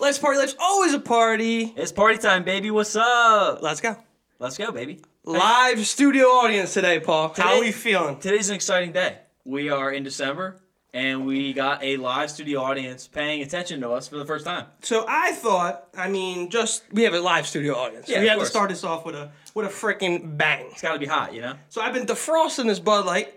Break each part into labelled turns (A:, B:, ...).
A: Life's party. Life's always a party.
B: It's party time, baby. What's up?
A: Let's go.
B: Let's go, baby.
A: Live studio audience today, Paul. How
B: Today-
A: we feeling?
B: Today's an exciting day. We are in December, and we got a live studio audience paying attention to us for the first time.
A: So I thought, I mean, just we have a live studio audience.
B: Yeah,
A: we
B: of
A: have to
B: course.
A: start this off with a with a freaking bang.
B: It's got to be hot, you know? It's
A: So I've been defrosting this Bud Light.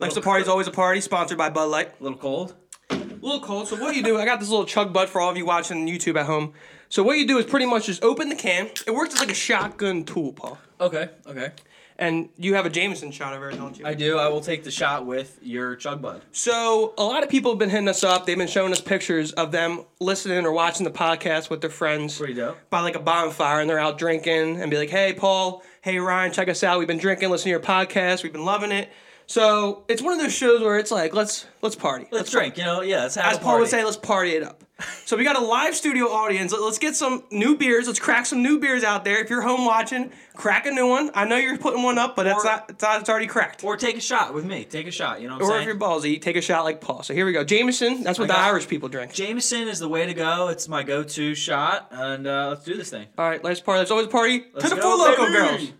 A: Life's a party's always a party, sponsored by Bud Light.
B: a little cold.
A: A little cold. So what you do? I got this little chug bud for all of you watching on YouTube at home. So what you do is pretty much just open the can. It works as like a shotgun tool, Paul.
B: Okay, okay.
A: And you have a Jameson shot over it, don't you?
B: I do. I will take the shot with your chug bud.
A: So a lot of people have been hitting us up. They've been showing us pictures of them listening or watching the podcast with their friends
B: Pretty dope.
A: by like a bonfire, and they're out drinking and be like, "Hey, Paul. Hey, Ryan. Check us out. We've been drinking, listening to your podcast. We've been loving it." So it's one of those shows where it's like, "Let's let's party.
B: Let's drink, you know? Yeah, let's have
A: as
B: a
A: Paul would
B: party.
A: say, let's party it up. So we got a live studio audience. Let- Let's get some new beers. Let's crack some new beers out there. If you're home watching, crack a new one. I know you're putting one up, but it's
B: Or-
A: not. It's, not, it's already cracked. Or,
B: or take a shot with me. Take a shot, you know what I'm
A: if
B: saying?
A: you're ballsy, take a shot like Paul. So here we go. Jameson. That's what the
B: got-
A: Irish people drink.
B: Jameson is the way to go. It's my go-to shot, and uh, let's do this thing.
A: All right, let's party. Let's always party.
B: Let's
A: to the
B: go,
A: full local
B: baby!
A: girls.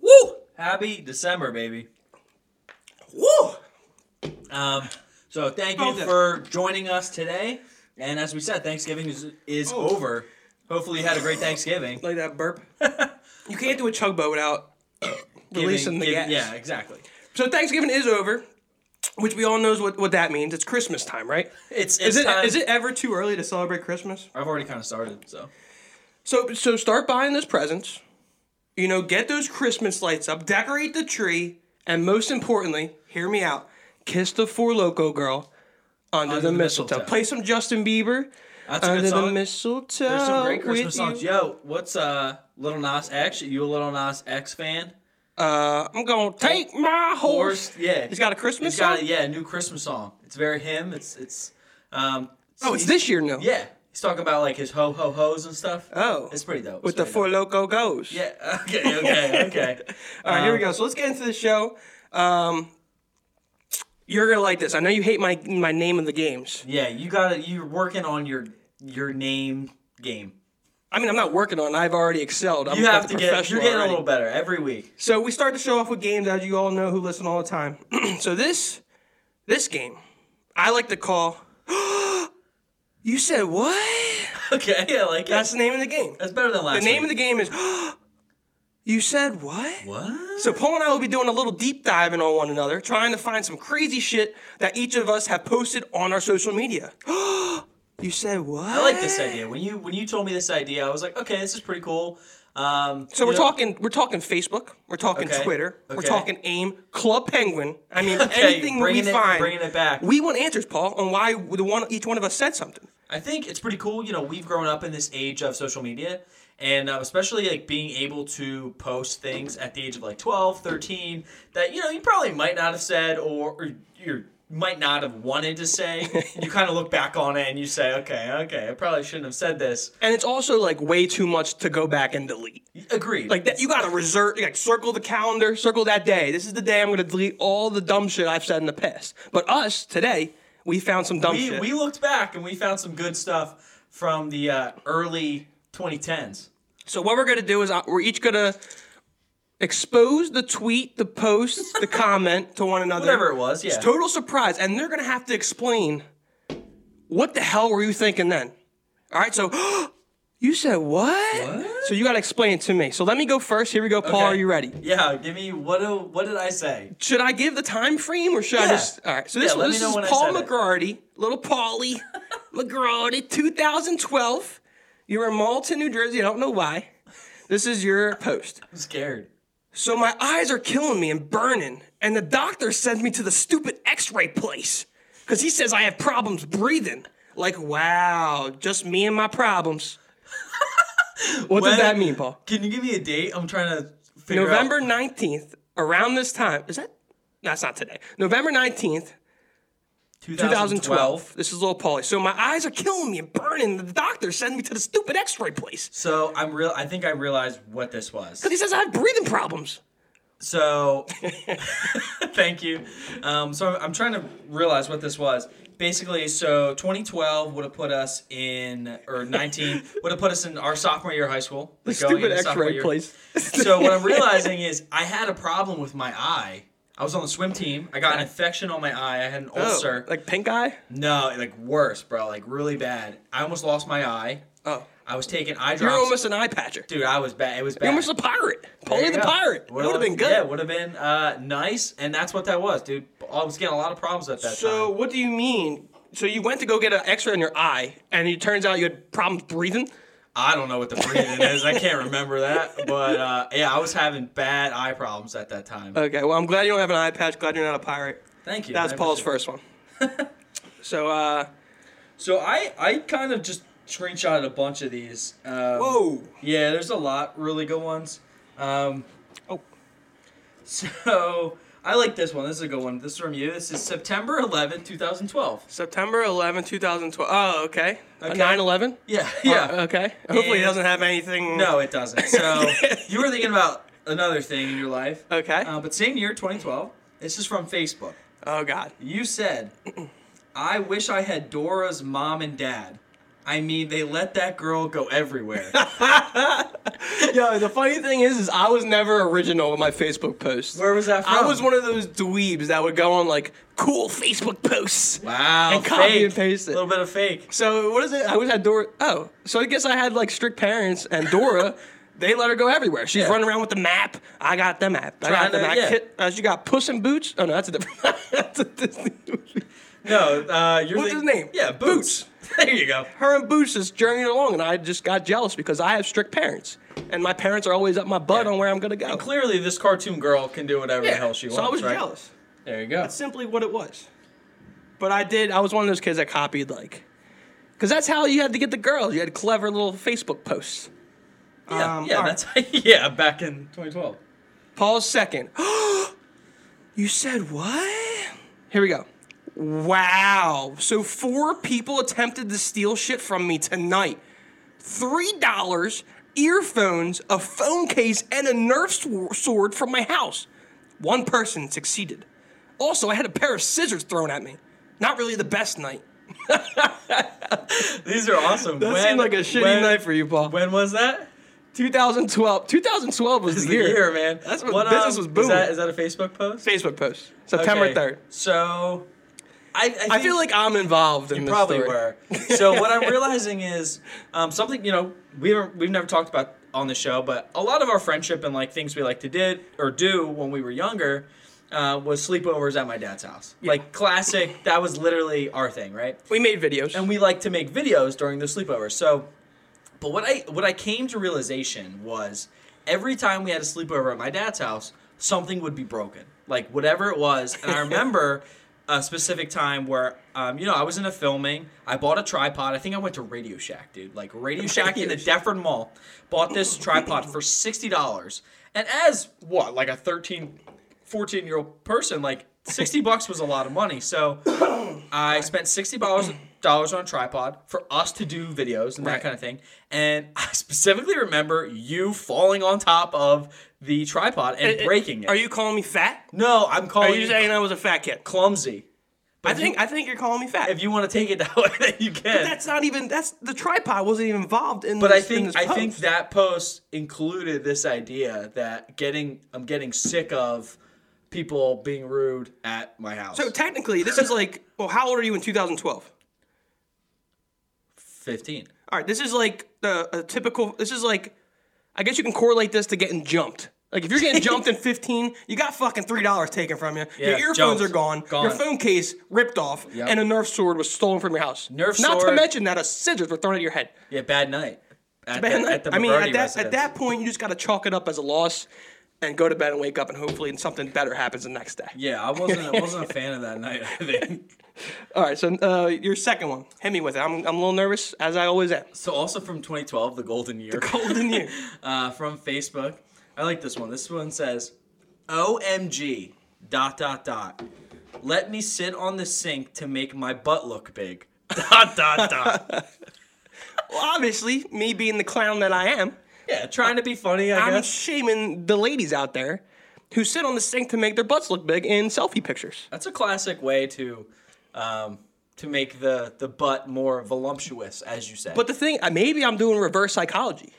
A: Woo!
B: Happy December, baby.
A: Woo!
B: Um, so thank you
A: Both of-
B: for joining us today. And as we said, Thanksgiving is, is
A: Oh.
B: over. Hopefully you had a great Thanksgiving.
A: Like that burp. you can't do a chug boat without releasing
B: Giving-
A: the
B: give-
A: gas.
B: Yeah, exactly.
A: So Thanksgiving is over, which we all knows what, what that means. It's Christmas time, right?
B: It's, it's
A: Is it
B: time-
A: is it ever too early to celebrate Christmas?
B: I've already kind of started, so.
A: So so start buying those presents. You know, get those Christmas lights up, decorate the tree, and most importantly, hear me out. Kiss the four loco girl under, the,
B: the
A: mistletoe.
B: mistletoe.
A: Play some Justin Bieber
B: That's a
A: under
B: good
A: the
B: song.
A: mistletoe.
B: There's some great
A: with
B: Christmas songs.
A: you.
B: Yo, what's uh Little Nas X? You a Little Nas X fan?
A: Uh, I'm gonna take my horse.
B: Horse, yeah.
A: He's got a Christmas
B: He's got
A: song.
B: a, yeah, a new Christmas song. It's very him. It's it's um
A: Oh, it's this year now.
B: yeah. He's talking about like his ho ho ho's and stuff.
A: Oh.
B: it's pretty dope.
A: With
B: It's
A: the
B: pretty
A: four loco goes.
B: dope. Yeah. Okay. Okay. Okay.
A: All right, here we go. So let's get into the show. Um, you're gonna like this. I know you hate my my name of the games.
B: yeah, you got it. You're working on your your name game.
A: I mean, I'm not working on. it. I've already excelled. I'm
B: You
A: I'm
B: have to get. You're
A: professional
B: getting a
A: already.
B: little better every week.
A: So we start the show off with games, as you all know who listen all the time. so this this game, I like to call. you said what?
B: Okay. Yeah. Like
A: That's
B: that's
A: the name of the game.
B: that's better than last.
A: The name of the game is. you said what?
B: what?
A: So Paul and I will be doing a little deep diving on one another, trying to find some crazy shit that each of us have posted on our social media. you said what?
B: I like this idea. When you when you told me this idea, I was like, okay, this is pretty cool. Um,
A: So we're talking we're talking Facebook, we're talking
B: Okay,
A: Twitter, we're
B: okay.
A: talking AIM, Club Penguin. I mean anything we
B: bringing it-
A: find.
B: bringing it back.
A: We want answers, Paul, on why the one each one of us said something.
B: I think it's pretty cool. You know, we've grown up in this age of social media and uh, especially like being able to post things at the age of like 12, 13 that, you know, you probably might not have said or, or you might not have wanted to say. you kind of look back on it and you say, okay, okay, I probably shouldn't have said this.
A: And it's also like way too much to go back and delete.
B: Agreed.
A: Like that, you gotta reserve, like circle the calendar, circle that day. This is the day I'm gonna delete all the dumb shit I've said in the past. But us today, we found some dumb
B: we,
A: shit.
B: we looked back and we found some good stuff from the uh, early 2010s.
A: So what we're gonna do is uh, we're each gonna expose the tweet, the post, the comment to one another.
B: Whatever it was, yeah.
A: It's total surprise, and they're gonna have to explain what the hell were you thinking then. All right, so you said what?
B: What?
A: So you gotta explain it to me. So let me go first. Here we go, Paul.
B: Okay.
A: Are you ready?
B: Yeah, give me what do, what did I say?
A: Should I give the time frame or should I
B: Yeah.
A: just? All right. So this,
B: Yeah, let me
A: this
B: know
A: is
B: when I
A: Paul
B: said it.
A: McGrady, little Paulie McGrady, 2012. You're in Malton, New Jersey. I don't know why. This is your post.
B: I'm scared.
A: So my eyes are killing me and burning, and the doctor sends me to the stupid x-ray place because he says I have problems breathing. Like, wow, just me and my problems. what does
B: When-
A: that mean, Paul?
B: Can you give me a date? I'm trying to figure out.
A: November 19th, around this time, is that? That's not today. November 19th, 2012. This is little Paulie. So my eyes are killing me and burning. The doctor sends me to the stupid x-ray place
B: So I'm real. I think I realized what this was.
A: because he says I have breathing problems.
B: So, thank you. Um, so I'm, I'm trying to realize what this was. Basically, so 2012 would have put us in, or 19 would have put us in our sophomore year of high school.
A: The
B: like oh, going
A: stupid
B: into sophomore
A: X-ray
B: year.
A: place.
B: So what I'm realizing is I had a problem with my eye. I was on the swim team. I got an infection on my eye. I had an
A: Oh,
B: ulcer.
A: like pink eye.
B: no, like worse, bro. Like really bad. I almost lost my eye.
A: Oh,
B: I was taking eye drops.
A: you're almost an eye patcher.
B: Dude, I was bad. It was bad.
A: You're almost a pirate.
B: There
A: Only
B: you
A: the
B: go.
A: pirate. That would have been good.
B: Yeah, would have been uh, nice, and that's what that was, dude. I was getting a lot of problems at that
A: So
B: time.
A: what do you mean? So you went to go get an X-ray on your eye, and it turns out you had problems breathing.
B: I don't know what the breathing is. I can't remember that, but uh, yeah, I was having bad eye problems at that time.
A: Okay, well I'm glad you don't have an eye patch. Glad you're not a pirate.
B: Thank you.
A: That was
B: I
A: Paul's
B: appreciate it.
A: first one. so uh,
B: So I, I kind of just screenshotted a bunch of these. Um,
A: whoa.
B: Yeah, there's a lot really good ones. Um,
A: Oh,
B: so I like this one. This is a good one. This is from you. This is September 11, 2012.
A: September 11, 2012. Oh, okay.
B: Okay.
A: 9 11?
B: Yeah, yeah.
A: Uh, okay. Hopefully it
B: And-
A: doesn't have anything.
B: No, it doesn't. So you were thinking about another thing in your life.
A: Okay.
B: Uh, but same year, 2012. This is from Facebook.
A: oh, God.
B: You said, "I wish I had Dora's mom and dad. I mean, they let that girl go everywhere."
A: Yo, the funny thing is, is I was never original with my Facebook posts.
B: Where was that from?
A: I was one of those dweebs that would go on like cool Facebook posts.
B: wow.
A: And copy
B: fake.
A: and paste it.
B: A little bit of fake.
A: So what is it? I wish I had Dora. Oh, so I guess I had like strict parents and Dora. They let her go everywhere. She's
B: Yeah.
A: running around with the map. I got the map. I
B: Trying
A: got the
B: to-
A: map.
B: yeah.
A: Kit- uh, she got Puss in Boots. Oh no, that's a different. that's a Disney movie.
B: No, uh, you're
A: What's
B: think-
A: his name?
B: Yeah, Boots. There you go.
A: Her and Boots is journeying along, and I just got jealous because I have strict parents, and my parents are always up my butt
B: Yeah.
A: on where I'm gonna go.
B: Clearly, this cartoon girl can do whatever the
A: Yeah,
B: hell she
A: so
B: wants.
A: I was
B: right?
A: jealous.
B: There you go.
A: simply what it was. But I did. I was one of those kids that copied like, because that's how you had to get the girls. You had clever little Facebook posts.
B: Yeah,
A: Um,
B: yeah,
A: all right.
B: that's yeah. Back in 2012.
A: Paul's second. you said what? Here we go. Wow. So four people attempted to steal shit from me tonight. Three dollars, earphones, a phone case, and a Nerf sw- sword from my house. One person succeeded. Also, I had a pair of scissors thrown at me. Not really the best night.
B: These are awesome.
A: That seemed like a shitty night for you, Paul.
B: When was that?
A: 2012. 2012 was
B: This is
A: the
B: the
A: year.
B: year, man. um,
A: That's when business was booming.
B: Is that, is that a Facebook post?
A: Facebook post. September
B: Okay,
A: 3rd.
B: So, I I,
A: I
B: think
A: feel like I'm involved in
B: you
A: this
B: probably
A: story.
B: were. So what I'm realizing is um, something you know we haven't, we've never talked about on the show, but a lot of our friendship and like things we like to did or do when we were younger. Uh, was sleepovers at my dad's house. Like classic, that was literally our thing, right?
A: We made videos.
B: and we like to make videos during the sleepovers. So, but what I what I came to realization was every time we had a sleepover at my dad's house, something would be broken, like whatever it was. And I remember a specific time where, um, you know, I was in a filming. I bought a tripod. I think I went to Radio Shack, dude. Like Radio Shack in the
A: Radio
B: Defford Mall. Bought this tripod for sixty dollars. And as what, like a 13, 14 year old person, like sixty bucks was a lot of money. So. I spent sixty dollars dollars on a tripod for us to do videos and that
A: Right.
B: kind of thing. And I specifically remember you falling on top of the tripod and breaking it.
A: Are you calling me fat?
B: No, I'm
A: Are
B: calling
A: you
B: you
A: saying I was a fat kid?
B: clumsy.
A: I think I think you're calling me fat.
B: If you want to take it that way, then you can.
A: that's not even that's the tripod wasn't even involved in.
B: but I
A: this, in
B: think
A: this
B: I think
A: post.
B: that post included this idea that getting I'm getting sick of people being rude at my house.
A: so technically this is like well how old are you in 2012?
B: 15.
A: All right, this is like uh, a typical. This is like I guess you can correlate this to getting jumped. Like if you're getting jumped in 15, you got fucking three dollars taken from you.
B: Yeah,
A: your earphones
B: jumped.
A: are gone,
B: Gone.
A: Your phone case ripped off.
B: Yep.
A: And a Nerf sword was stolen from your house.
B: Nerf
A: Not
B: sword.
A: to mention that a scissors were thrown at your head.
B: Yeah, bad night. At
A: But
B: the, at the
A: I mean,
B: McGrady
A: at that,
B: residence.
A: at that point, you just got to chalk it up as a loss and go to bed and wake up, and hopefully something better happens the next day.
B: Yeah, I wasn't I wasn't a fan of that night. I think.
A: All right, so uh, your second one. Hit me with it. I'm, I'm a little nervous, as I always am.
B: So also from 2012, the golden year.
A: Golden year.
B: uh, from Facebook. I like this one. This one says, "OMG dot dot dot. Let me sit on the sink to make my butt look big." Dot dot dot.
A: Well, obviously, me being the clown that I am,
B: yeah, trying to be funny, I
A: I'm
B: guess.
A: shaming the ladies out there who sit on the sink to make their butts look big in selfie pictures.
B: That's a classic way to um, to make the the butt more voluptuous, as you said.
A: But the thing, uh, maybe I'm doing reverse psychology.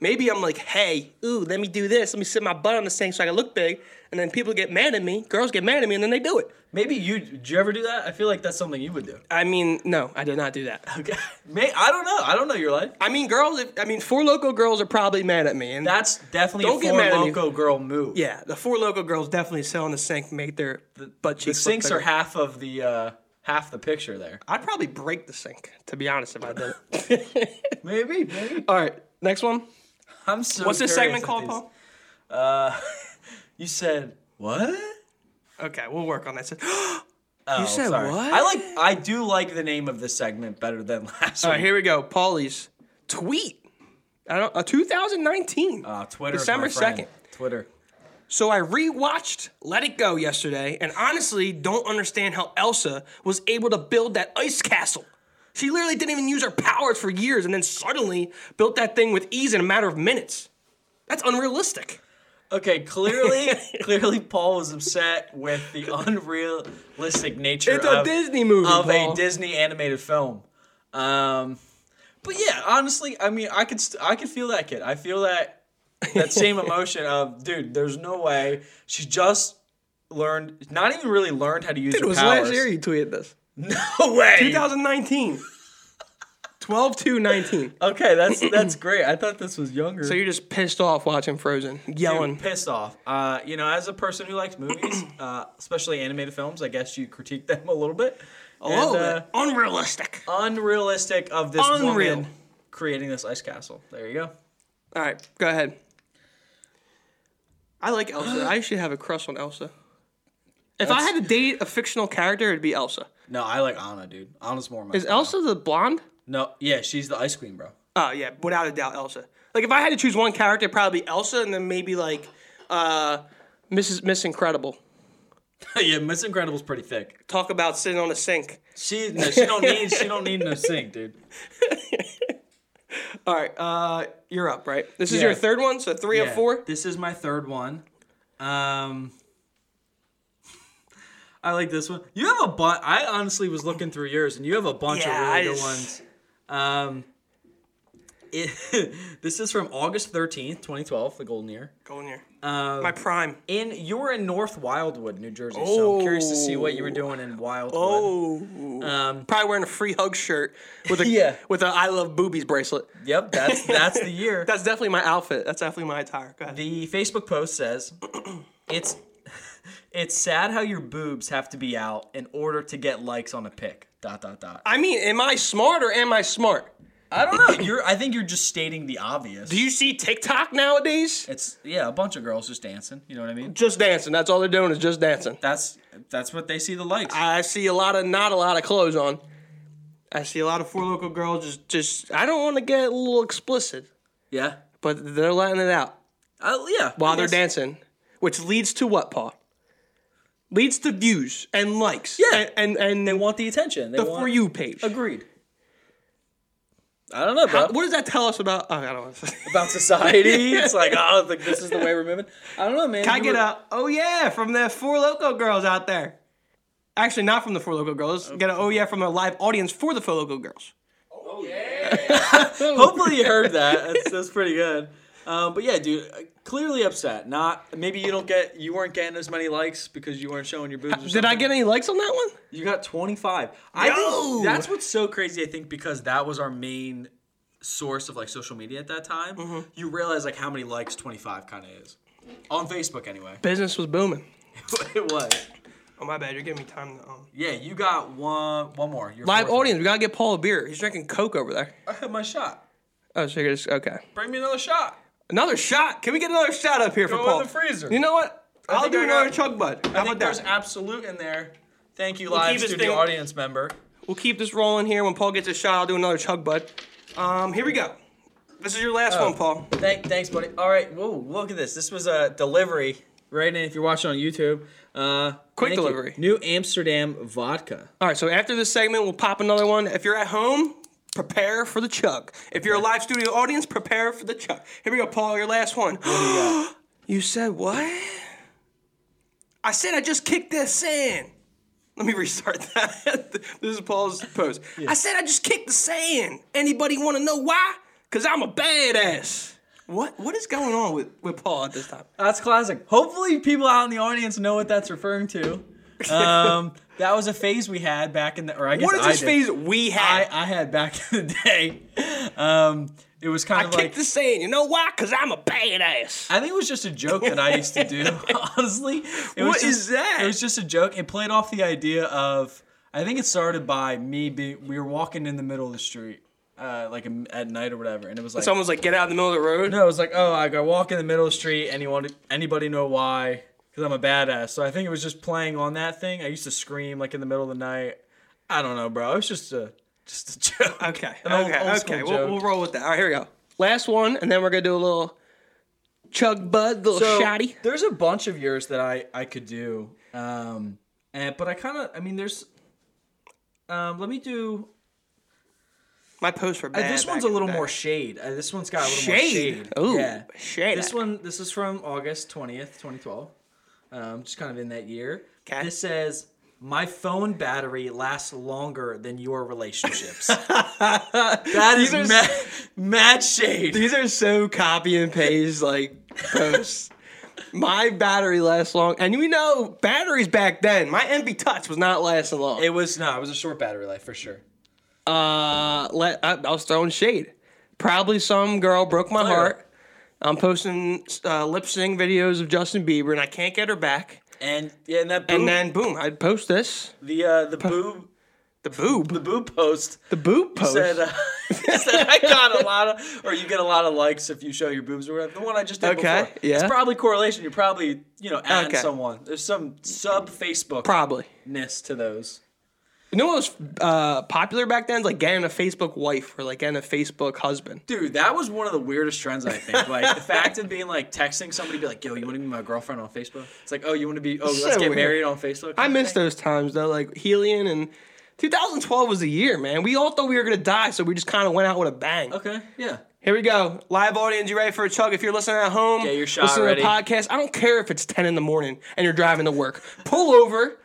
A: Maybe I'm like, hey, ooh, let me do this. Let me sit my butt on the sink so I can look big. And then people get mad at me. Girls get mad at me, and then they do it.
B: maybe you did you ever do that? I feel like that's something you would do.
A: I mean, no, I did not do that.
B: Okay, May, I don't know. I don't know your life.
A: I mean, girls. If, I mean, four local girls are probably mad at me. And
B: That's definitely
A: Don't
B: a
A: get
B: four
A: mad at me.
B: loco girl move.
A: yeah, the four local girls definitely sit on the sink, make their butt
B: the
A: cheeks. look
B: sinks
A: bigger.
B: are half of the uh, half the picture there.
A: I'd probably break the sink, to be honest, if I did it.
B: Maybe, maybe.
A: All right, next one.
B: I'm so.
A: What's this
B: curious
A: segment
B: at
A: called,
B: these.
A: Paul?
B: Uh, you said what?
A: Okay, we'll work on that. So-
B: Oh, you
A: said what?
B: I like. I do like the name of this segment better than last
A: All
B: one.
A: right, here we go. Paulie's tweet. I don't. Uh, 2019.
B: Uh, Twitter. is my
A: December
B: friend.
A: 2nd.
B: Twitter.
A: So I rewatched Let It Go yesterday, and honestly, don't understand how Elsa was able to build that ice castle. She literally didn't even use her powers for years, and then suddenly built that thing with ease in a matter of minutes. That's unrealistic.
B: Okay, clearly, clearly, Paul was upset with the unrealistic nature
A: It's a
B: of
A: Disney movie,
B: of
A: Paul.
B: a Disney animated film. Um, but yeah, honestly, I mean, I could st- I could feel that kid. I feel that that same emotion of dude. There's no way she just learned, not even really learned how to use her powers.
A: you tweeted this.
B: No way.
A: 2019. 12 to 19.
B: okay, that's that's great. I thought this was younger.
A: So you're just pissed off watching Frozen, yelling.
B: I'm pissed off. Uh, you know, as a person who likes movies, uh, especially animated films, I guess you critique them a little bit. A
A: Whoa, uh, unrealistic.
B: unrealistic of this
A: Unreal.
B: woman creating this ice castle. There you go.
A: All right, go ahead. I like Elsa. I actually have a crush on Elsa. If I had to date a fictional character, it'd be Elsa.
B: No, I like Anna, dude. Anna's more my
A: Is Elsa the blonde?
B: no, yeah, she's the ice queen, bro.
A: Oh yeah, without a doubt, Elsa. Like if I had to choose one character, it'd probably be Elsa, and then maybe like uh, Mrs. Miss Incredible.
B: yeah, Miss Incredible's pretty thick.
A: Talk about sitting on a sink.
B: She no, she don't need she don't need no sink, dude.
A: All right, uh, you're up, right? This is
B: Yeah.
A: your third one, so three of
B: Yeah,
A: four.
B: This is my third one. Um I like this one. You have a bunch. I honestly was looking through yours, and you have a bunch
A: Yeah,
B: of really
A: I
B: good
A: just-
B: ones. Um, it, this is from August thirteenth, twenty twelve, the golden year.
A: Go in here. My prime.
B: In you were in North Wildwood, New Jersey. So I'm curious to see what you were doing in Wildwood.
A: Oh,
B: Um,
A: probably wearing a free hug shirt with a
B: Yeah.
A: with a I love boobies bracelet.
B: yep, that's that's the year.
A: That's definitely my outfit. That's definitely my attire. Go ahead.
B: The Facebook post says, "It's it's sad how your boobs have to be out in order to get likes on a pic." Dot dot dot.
A: I mean, am I smart or am I smart?
B: I don't know. You're. I think you're just stating the obvious.
A: Do you see TikTok nowadays?
B: it's yeah, a bunch of girls just dancing. You know what I mean?
A: Just dancing. That's all they're doing is just dancing.
B: That's that's what they see the likes.
A: I see a lot of not a lot of clothes on. I see a lot of four local girls just just. I don't want to get a little explicit,
B: yeah.
A: but they're letting it out
B: Uh, yeah.
A: while
B: I
A: they're
B: guess-
A: dancing, which leads to what, Paul? Leads to views and likes.
B: Yeah.
A: and and,
B: they
A: and
B: want the attention. They
A: the
B: want
A: for you page.
B: Agreed. I don't know, bro.
A: Uh, What does that tell us about? Oh, I don't want to say.
B: about society. It's like, oh, like, this is the way we're moving. I don't know, man.
A: Can I
B: You
A: get
B: were-
A: a oh yeah from the four loco girls out there? Actually, not from the four loco girls. Get a oh yeah from a live audience for the four loco girls. Oh.
B: Hopefully, you heard that. That's, that's pretty good. Um, but yeah, dude, uh, clearly upset. Not maybe you don't get you weren't getting as many likes because you weren't showing your boobs. Or
A: Did I get any likes on that one?
B: You got twenty five. I
A: Yo!
B: think that's what's so crazy. I think because that was our main source of like social media at that time.
A: Mm-hmm.
B: You realize like how many likes twenty five kind of is on Facebook anyway.
A: Business was booming.
B: it was.
A: Oh my bad, you're giving me time to um.
B: Yeah, you got one one more. Your
A: Live
B: fourth one.
A: audience, we gotta get Paul a beer. He's drinking Coke over there.
B: I had my shot.
A: Oh, so you're just okay.
B: Bring me another shot.
A: Another shot. Can we get another shot up here
B: Go
A: for
B: in
A: Paul?
B: the freezer.
A: You know what? I'll
B: think
A: do
B: I
A: another
B: got-
A: chug bud. How
B: I think
A: about
B: there's
A: that?
B: absolute in there. Thank you, live
A: keep his
B: studio
A: thing-
B: audience member.
A: We'll keep this rolling here. When Paul gets a shot, I'll do another chug bud. Um, here we go. This is your last one, Paul.
B: Thank, thanks, buddy. All right, whoa, look at this. This was a delivery, right? And if you're watching on YouTube, uh,
A: Quick
B: thank you.
A: delivery.
B: New Amsterdam vodka.
A: All right, so after this segment, we'll pop another one. If you're at home, prepare for the chug. If you're a live studio audience, prepare for the chug. Here we go, Paul, your last one. you said what? I said I just kicked that sand. Let me restart that. this is Paul's post. I said I just kicked the sand. Anybody want to know why? Cause I'm a badass. What what is going on with, with Paul at this time?
B: That's classic. Hopefully, people out in the audience know what that's referring to. Um, that was a phase we had back in the, or I guess
A: What is
B: I
A: this
B: did.
A: phase we
B: I,
A: had?
B: I had back in the day. Um, it was kind
A: I
B: of
A: kicked
B: like
A: the sand. You know why? Cause I'm a badass.
B: I think it was just a joke that I used to do. Honestly, it was
A: What
B: just,
A: is that?
B: It was just a joke. It played off the idea of. I think it started by me being. We were walking in the middle of the street, uh, like um, at night or whatever, and it was like.
A: Someone's like, get out in the middle of the road.
B: no, it was like, oh, I go walk in the middle of the street. Anyone, anybody know why? Because I'm a badass. So I think it was just playing on that thing. I used to scream like in the middle of the night. I don't know, bro. It was just a just a joke.
A: Okay.
B: An old-
A: okay.
B: old school
A: okay. We'll,
B: joke.
A: we'll roll with that. All right. Here we go. Last one, and then we're gonna do a little chug bud, little
B: So,
A: shotty.
B: There's a bunch of yours that I I could do, um, and but I kind of I mean there's, um, let me do
A: My posts were
B: uh,
A: bad.
B: this
A: back
B: one's a
A: in the
B: little
A: day.
B: more shade. Uh, this one's got a little
A: shade.
B: more shade.
A: Ooh,
B: yeah.
A: shade.
B: This one this is from August twentieth, twenty twelve, um, just kind of in that year.
A: 'Kay.
B: This says. My phone battery lasts longer than your relationships. that is
A: are
B: mad, mad shade.
A: These are so copy and paste like posts. My battery lasts long, and we know batteries back then. My MB Touch was not lasting long.
B: It was no, it was a short battery life for sure.
A: uh, let, I, I was throwing shade. Probably some girl broke my heart. I'm posting uh, lip sync videos of Justin Bieber, and I can't get her back.
B: And yeah, and that boob,
A: And then boom, I'd post this.
B: the uh, the boob
A: The boob.
B: the boob post
A: The boob post.
B: said, uh, said I got a lot of, or you get a lot of likes if you show your boobs or whatever. The one I just did
A: Okay,
B: before.
A: yeah.
B: It's probably correlation. You're probably, you know, adding
A: Okay.
B: someone. There's some sub Facebookness
A: Probably.
B: to those.
A: You know what was uh, popular back then? Like getting a Facebook wife or like getting a Facebook husband.
B: Dude, that was one of the weirdest trends I think. Like the fact of being like texting somebody, be like, "Yo, you want to be my girlfriend on Facebook?" It's like, "Oh, you want to be? Oh,
A: So
B: let's get
A: weird.
B: married on Facebook."
A: I miss those times though. Like Helian and 2012 was the year, man. We all thought we were gonna die, so we just kind of went out with a bang.
B: Okay, yeah.
A: Here we go. Live audience, you ready for a chug? If you're listening at home,
B: Get your shot
A: listen
B: ready.
A: to the podcast. I don't care if it's 10 in the morning and you're driving to work. Pull over,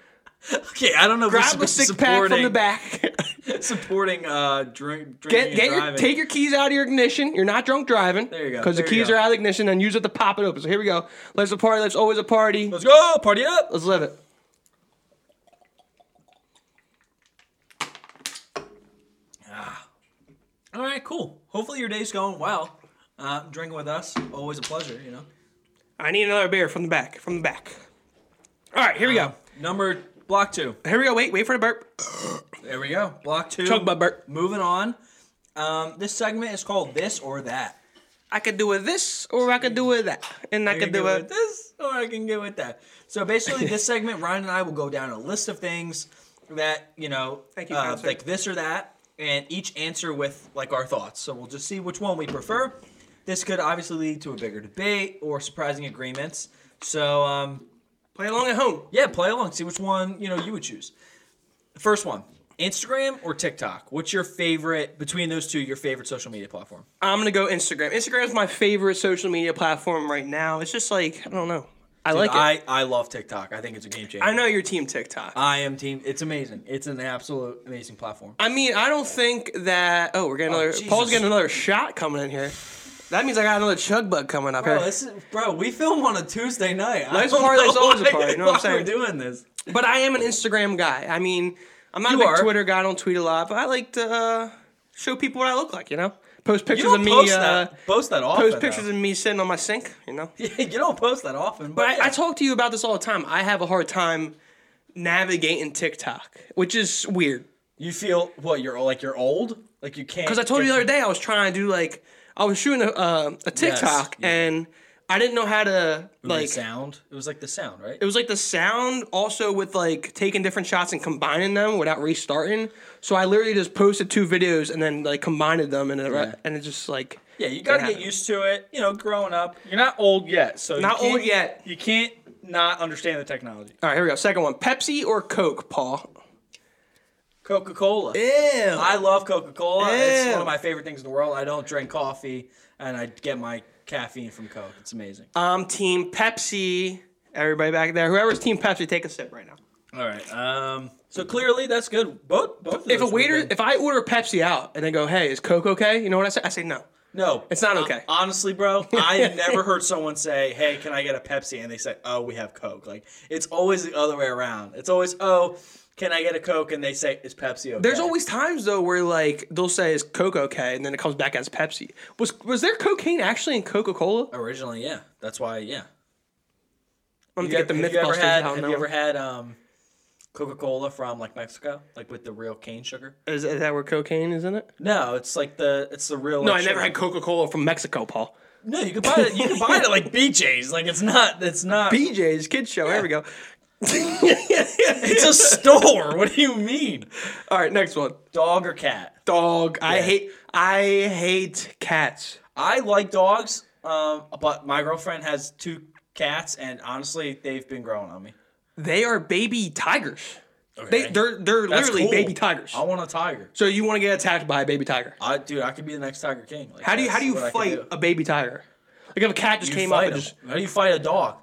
B: Okay, I don't know. if this
A: grab a
B: is
A: six pack from the
B: supporting-
A: back.
B: supporting uh drink drinking
A: Get, get
B: and
A: your
B: driving.
A: take your keys out of your ignition. You're not drunk driving.
B: There you go.
A: Because the
B: There you
A: keys
B: go.
A: are out of the ignition, and use it to pop it open. So here we go. Let's a party. Let's always a party.
B: Let's go, party it up.
A: Let's live it.
B: All right, cool. Hopefully your day's going well. Uh, drinking with us, always a pleasure, you know.
A: I need another beer from the back. From the back. All right, here we go.
B: Uh-huh. Number block two.
A: Here we go. Wait, wait for the burp.
B: There we go. Block two.
A: Chug butt burp.
B: Moving on. Um, this segment is called this or that.
A: I could do with this, or I could do with that, and I
B: I can
A: could do
B: get with
A: with.
B: this or I can get with that. So basically, this segment, Ryan and I will go down a list of things that you know,
A: Thank you,
B: uh,
A: counselor.
B: like this or that, and each answer with like our thoughts. So we'll just see which one we prefer. This could obviously lead to a bigger debate or surprising agreements. So um,
A: Play along at home.
B: yeah, play along. See which one you know you would choose. First one: Instagram or TikTok. What's your favorite between those two? Your favorite social media platform?
A: I'm gonna go Instagram. Instagram is my favorite social media platform right now. It's just like I don't know. I like it. I,
B: I I love TikTok. I think it's a game changer.
A: know your team TikTok.
B: I am team. It's amazing. It's an absolute amazing platform.
A: I mean, I don't think that. Oh, we're getting another. Paul's
B: Jesus.
A: getting another shot coming in here. That means I got another chug bug coming up
B: Bro,
A: here.
B: this is, bro, we film on a Tuesday night. I
A: Let's
B: don't
A: parlay
B: know
A: souls
B: why-
A: apart, you know what I'm
B: why
A: saying?
B: we're doing this.
A: But I am an Instagram guy. I mean, I'm not
B: You
A: a big
B: are.
A: Twitter guy. I don't tweet a lot, but I like to uh, show people what I look like. You know, post
B: You
A: pictures
B: don't
A: of me.
B: post
A: uh,
B: that. Post that often.
A: Post pictures of me sitting on my sink. You know.
B: though. you don't post that often. But,
A: But I, I
B: yeah.
A: talk to you about this all the time. I have a hard time navigating TikTok, which is weird.
B: you feel what? You're like you're old. Like you can't.
A: Because I told you the other day I was trying to do like I was shooting a, uh, a TikTok
B: yeah.
A: and I didn't know how to
B: like
A: like.
B: sound. It was like the sound, right?
A: It was like the sound also with like taking different shots and combining them without restarting. So I literally just posted two videos and then like combined them and it, and it just like
B: yeah, you gotta
A: it
B: get
A: happened.
B: used to it. You know, growing up, you're not old yet, so you
A: Not old
B: can't-
A: yet.
B: You can't not understand the technology.
A: All right, here we go. Second one, Pepsi or Coke, Paul.
B: Coca Cola.
A: Ew.
B: I love Coca Cola. It's one
A: Ew.
B: of my favorite things in the world. I don't drink
A: Uh,
B: coffee, and I get my caffeine from Coke. It's amazing.
A: I'm team Pepsi. Everybody back there, whoever's Team Pepsi, take a sip right now.
B: All right. Um. So clearly that's good. Both. Both. Of
A: If a
B: those were
A: waiter,
B: good.
A: if I order Pepsi out and they go, "Hey, is Coke okay?" You know what I say? I say no.
B: No,
A: It's not okay.
B: Uh,
C: Honestly, bro, I have never heard someone say, "Hey, can I get a Pepsi?" and they say, "Oh, we have Coke." Like it's always the other way around. It's always, "Oh, can I get a Coke?" and they say, "Is Pepsi okay?"
A: There's always times though where like they'll say is Coke okay, and then it comes back as Pepsi. Was was there cocaine actually in Coca Cola?
B: originally, yeah. That's why, yeah.
A: I'm gonna
B: You
A: get the
B: ever- have you ever
A: MythBusters
B: had-
A: out
B: Have
A: now.
B: you ever had um, Coca Cola from like Mexico, like with the real cane sugar?
A: Is, is that where cocaine is in it?
B: No, it's like the it's the real.
A: No,
B: like,
A: I never
B: sugar.
A: had Coca Cola from Mexico, Paul.
B: No, you could buy it. You could buy it at like BJ's. Like it's not. It's not.
A: BJ's kids show. Here we go.
B: it's a store. What do you mean?
A: All right, next one.
B: Dog or cat?
A: Dog. I hate. I hate cats.
B: I like dogs, um, but my girlfriend has two cats, and honestly, they've been growing on me.
A: They are baby tigers.
B: Okay.
A: They they're they're
B: That's
A: literally
B: cool.
A: baby tigers.
B: I want a tiger.
A: So you want to get attacked by a baby tiger?
B: I dude, I could be the next Tiger King. Like,
A: How do you
B: that's
A: how do you
B: what I could
A: fight
B: do.
A: a baby tiger? Like if a cat just
B: You
A: came up
B: fight
A: and
B: him.
A: just
B: How do you fight a dog?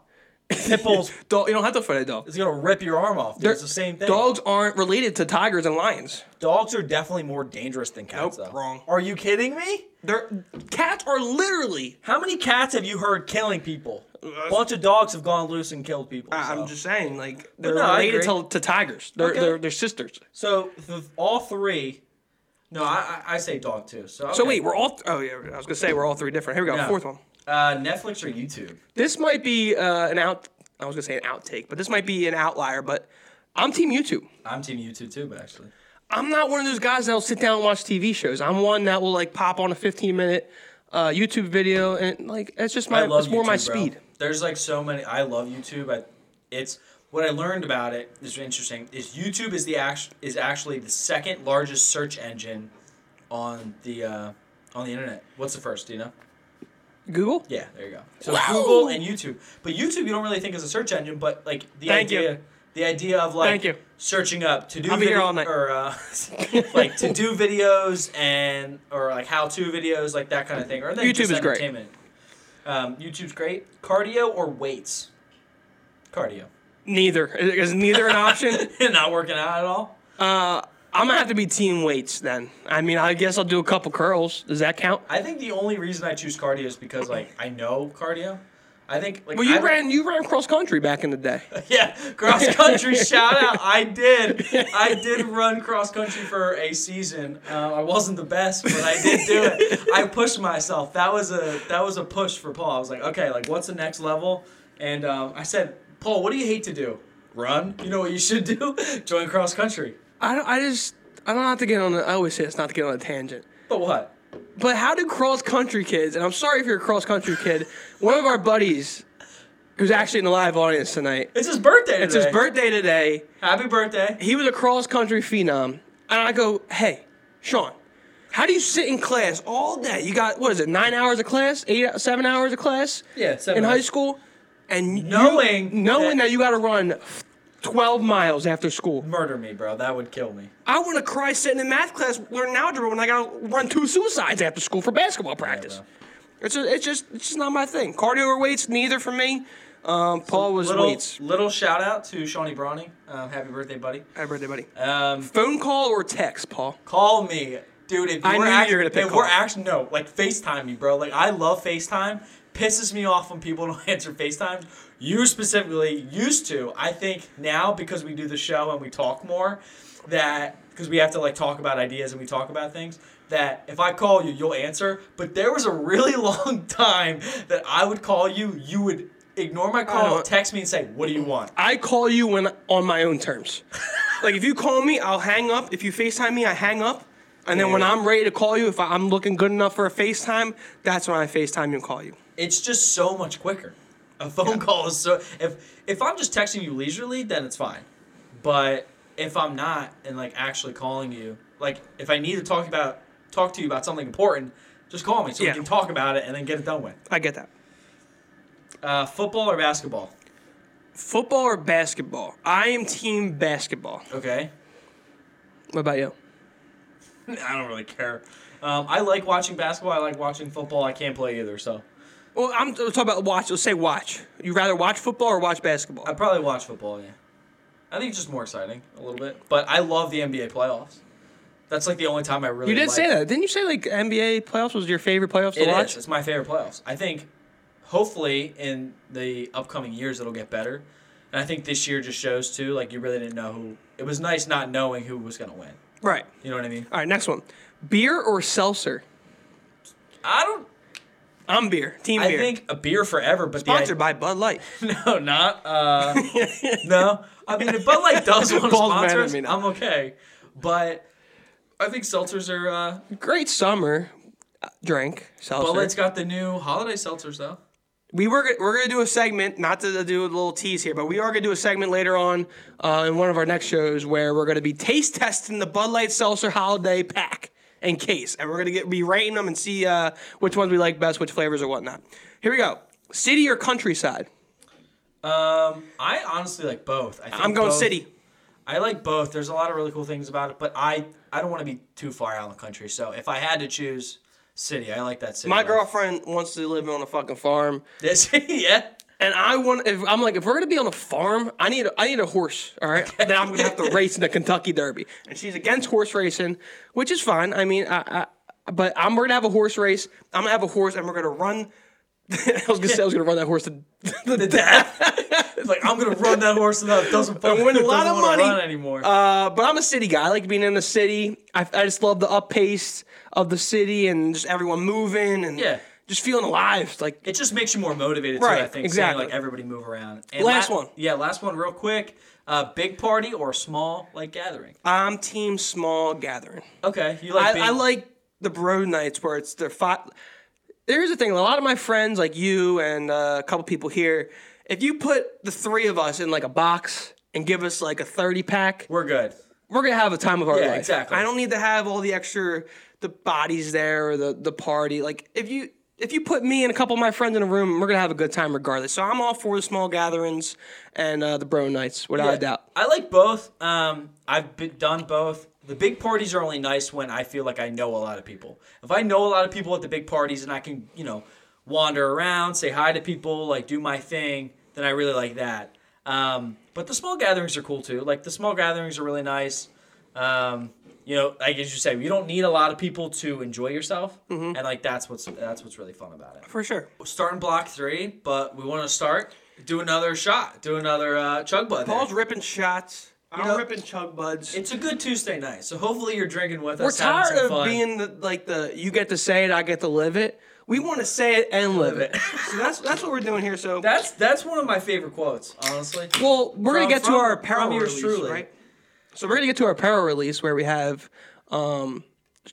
B: Pit bulls
A: dog, you don't have to fight a dog.
B: is gonna rip your arm off. dude. It's the same thing.
A: Dogs aren't related to tigers and lions.
B: Dogs are definitely more dangerous than cats.
A: Nope,
B: though.
A: wrong.
B: Are you kidding me?
A: They're cats are literally.
B: How many cats have you heard killing people? A bunch of dogs have gone loose and killed people. so.
A: Uh, I'm just saying, like they're
B: no, I
A: related
B: agree.
A: to, to tigers. They're,
B: Okay.
A: they're they're sisters.
B: So the, all three. No, I, I I say dog too. So
A: So
B: okay.
A: wait, we're all. oh yeah, I was gonna say we're all three different. Here we go.
B: Yeah.
A: Fourth one.
B: Uh, Netflix or YouTube?
A: This might be uh, an out. I was gonna say an outtake, but this might be an outlier. But I'm team YouTube.
B: I'm team YouTube too, but actually.
A: I'm not one of those guys that'll sit down and watch TV shows. I'm one that will like pop on a 15 minute uh, YouTube video and like it's just my
B: I love
A: it's more my
B: YouTube, bro.
A: speed.
B: There's like so many. I love YouTube. I, it's what I learned about it is interesting. Is YouTube is the act, is actually the second largest search engine on the uh, on the internet. What's the first? Do you know?
A: Google.
B: Yeah, there you go. So
A: Wow.
B: Google and YouTube, but YouTube you don't really think is a search engine, but like the
A: Thank you.
B: idea, the idea of like
A: Thank you.
B: searching up to do
A: I'll be here all night.
B: or uh, like to do videos and or like how to videos, like that kind of thing, or then
A: YouTube
B: just
A: is great.
B: entertainment. Um, YouTube's great. Cardio or weights? Cardio.
A: Neither is is neither an option.
B: Not working out at all.
A: I'm gonna have to be team weights then. I mean, I guess I'll do a couple curls. Does that count?
B: I think the only reason I choose cardio is because like I know cardio. I think like
A: Well, you
B: I-
A: ran you ran cross country back in the day.
B: Yeah, cross country shout out. I did. I did run cross country for a season. Uh, I wasn't the best, but I did do it. I pushed myself. That was a that was a push for Paul. I was like, okay, like what's the next level? And um, I said, Paul, what do you hate to do? Run. You know what you should do? Join cross country.
A: I don't, I just I don't have to get on. The, I always say it's not to get on a tangent.
B: But what?
A: But how do cross country kids? And I'm sorry if you're a cross country kid. One of our buddies, who's actually in the live audience tonight,
B: It's his birthday.
A: It's his
B: today.
A: birthday today.
B: Happy birthday.
A: He was a cross country phenom. And I go, hey, Sean, how do you sit in class all day? You got, what is it, nine hours of class? Eight, seven hours of class?
B: Yeah, seven
A: In high
B: hours.
A: school? And you-
B: Knowing
A: knowing
B: that-
A: that you got to run 12 miles after school.
B: Murder me, bro. That would kill me.
A: I want to cry sitting in math class learning algebra when I got to run two suicides after school for basketball practice. it's, just, it's just it's just not my thing. Cardio or weights, neither for me. Um, Paul was
B: Little
A: weights.
B: little shout out to Shawnee Brawny. Um, happy birthday, buddy.
A: Happy birthday, buddy.
B: Um,
A: Phone call or text, Paul?
B: Call me, dude. If
A: I
B: we're
A: knew you
B: act-
A: were gonna pick
B: if
A: call.
B: we're actually no, like FaceTime me, bro. Like I love FaceTime. Pisses me off when people don't answer FaceTime. You specifically used to. I think now because we do the show and we talk more, that because we have to like talk about ideas and we talk about things. That if I call you, you'll answer. But there was a really long time that I would call you, you would ignore my call,
A: don't-
B: text me, and say, "What do you want?"
A: I call you when on my own terms. like if you call me, I'll hang up. If you FaceTime me, I hang up. And then when
B: Yeah.
A: I'm ready to call you, if I- I'm looking good enough for a FaceTime, that's when I FaceTime you and call you.
B: it's just so much quicker. A phone call is so if if I'm just texting you leisurely, then it's fine. But if I'm not and like actually calling you, like if I need to talk about talk to you about something important, just call me so
A: Yeah.
B: we can talk about it and then get it done with.
A: I get that.
B: Uh, football or basketball?
A: Football or basketball? I am team basketball.
B: Okay,
A: What about you?
B: I don't really care. Um, I like watching basketball. I like watching football. I can't play either, so
A: Well, I'm I'm talking about watch. Let's say watch. You rather watch football or watch basketball?
B: I probably watch football. Yeah, I think it's just more exciting a little bit. But I love the NBA playoffs. That's like the only time I really.
A: you did
B: like
A: say that, didn't you? Say like NBA playoffs was your favorite playoffs to
B: It
A: watch.
B: is. It's my favorite playoffs. I think, hopefully, in the upcoming years, it'll get better. And I think this year just shows too. Like you really didn't know who. It was nice not knowing who was gonna win.
A: Right.
B: You know what I mean?
A: All right. Next one. Beer or seltzer?
B: I don't.
A: I'm beer. Team
B: I
A: beer.
B: think a beer forever, but
A: Sponsored by Bud Light.
B: the no, not uh, no. I mean, if Bud Light does want to
A: Bald man,
B: sponsor
A: I
B: us,
A: mean.
B: I'm okay. But I think seltzers are. Uh,
A: Great summer uh, drink. Seltzer.
B: Bud Light's got the new holiday seltzers though.
A: we were go- we're gonna do a segment, not to do a little tease here, but we are gonna do a segment later on uh, in one of our next shows where we're gonna be taste testing the Bud Light Seltzer Holiday Pack and case, and we're gonna get be rating them and see uh, which ones we like best, which flavors or whatnot. Here we go. City or countryside?
B: Um, I honestly like both. I think
A: I'm going
B: both-
A: city.
B: I like both. There's a lot of really cool things about it, but I I don't want to be too far out in the country. So if I had to choose city, I like that city.
A: My
B: life.
A: girlfriend wants to live on a fucking farm,
B: This, yeah.
A: and I want. If, I'm like, if we're gonna be on a farm, I need a, I need a horse. All right, that I'm gonna have to race in the Kentucky Derby, and she's against horse racing, which is fine. I mean, I, I but I'm we're gonna have a horse race. I'm gonna have a horse, and we're gonna run. I was gonna say I was gonna run that horse to, to death,
B: It's like I'm gonna run that horse enough. It doesn't fucking
A: win a lot
B: doesn't
A: of
B: wanna
A: money.
B: run anymore.
A: uh, but I'm a city guy. I like being in the city. I, I just love the up pace of the city and just everyone moving and
B: Yeah.
A: just feeling alive. Like
B: it just makes you more motivated too. I
A: Right,
B: think
A: exactly.
B: seeing like everybody move around. And
A: Last one.
B: Yeah, last one, real quick. Uh, big party or small like gathering?
A: I'm team small gathering.
B: Okay, you like.
A: I,
B: big,
A: I like the bro nights where it's they're five. Here's the thing: a lot of my friends, like you and uh, a couple people here, if you put the three of us in like a box and give us like a thirty pack,
B: We're good.
A: we're gonna have a time of our
B: Yeah,
A: life.
B: exactly.
A: I don't need to have all the extra the bodies there or the the party. Like if you if you put me and a couple of my friends in a room, we're gonna have a good time regardless. So I'm all for the small gatherings and uh, the bro nights, without a doubt.
B: I like both. Um, I've been, done both. The big parties are only nice when I feel like I know a lot of people. If I know a lot of people at the big parties and I can, you know, wander around, say hi to people, like do my thing, then I really like that. Um, but the small gatherings are cool too. Like the small gatherings are really nice. Um, you know, like as you say, you don't need a lot of people to enjoy yourself, and like that's what's that's what's really fun about it
A: For sure.
B: starting block three, but we want to start do another shot, do another uh, chug bud. there.
A: Paul's ripping shots. I'm
B: know-
A: ripping chug buds.
B: It's a good Tuesday night, so hopefully you're drinking with
A: We're
B: us. having
A: tired
B: some
A: of
B: fun.
A: being the, like the you get to say it, I get to live it. We want to say it and live it. so that's that's what we're doing here. So
B: That's that's one of my favorite quotes, honestly.
A: well, we're
B: From-
A: gonna get
B: from-
A: to our
B: from
A: apparel
B: yours
A: release,
B: truly.
A: right? So we're gonna get to our apparel release where we have um,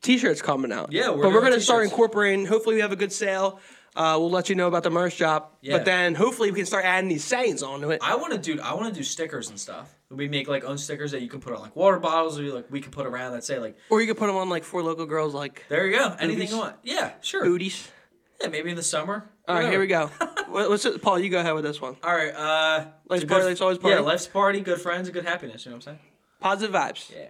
A: t-shirts coming out.
B: Yeah, we're
A: but we're
B: doing
A: gonna start
B: t-shirts.
A: incorporating. Hopefully, we have a good sale. Uh, we'll let you know about the merch shop.
B: Yeah.
A: But then hopefully we can start adding these sayings onto it.
B: I want to do I want to do stickers and stuff. We make like own stickers that you can put on like water bottles, or like we can put around that say like
A: or you could put them on like four local girls like
B: there you go, anything
A: Boobies.
B: you want. Yeah, sure.
A: booties.
B: Yeah, maybe in the summer.
A: All right,
B: Whatever.
A: here we go. What- What's it, Paul? You go ahead with this one.
B: All right, uh,
A: Life's
B: good-
A: party, life's always party.
B: Yeah, life's party, good friends, and good happiness. You know what I'm
A: Positive vibes.
B: saying?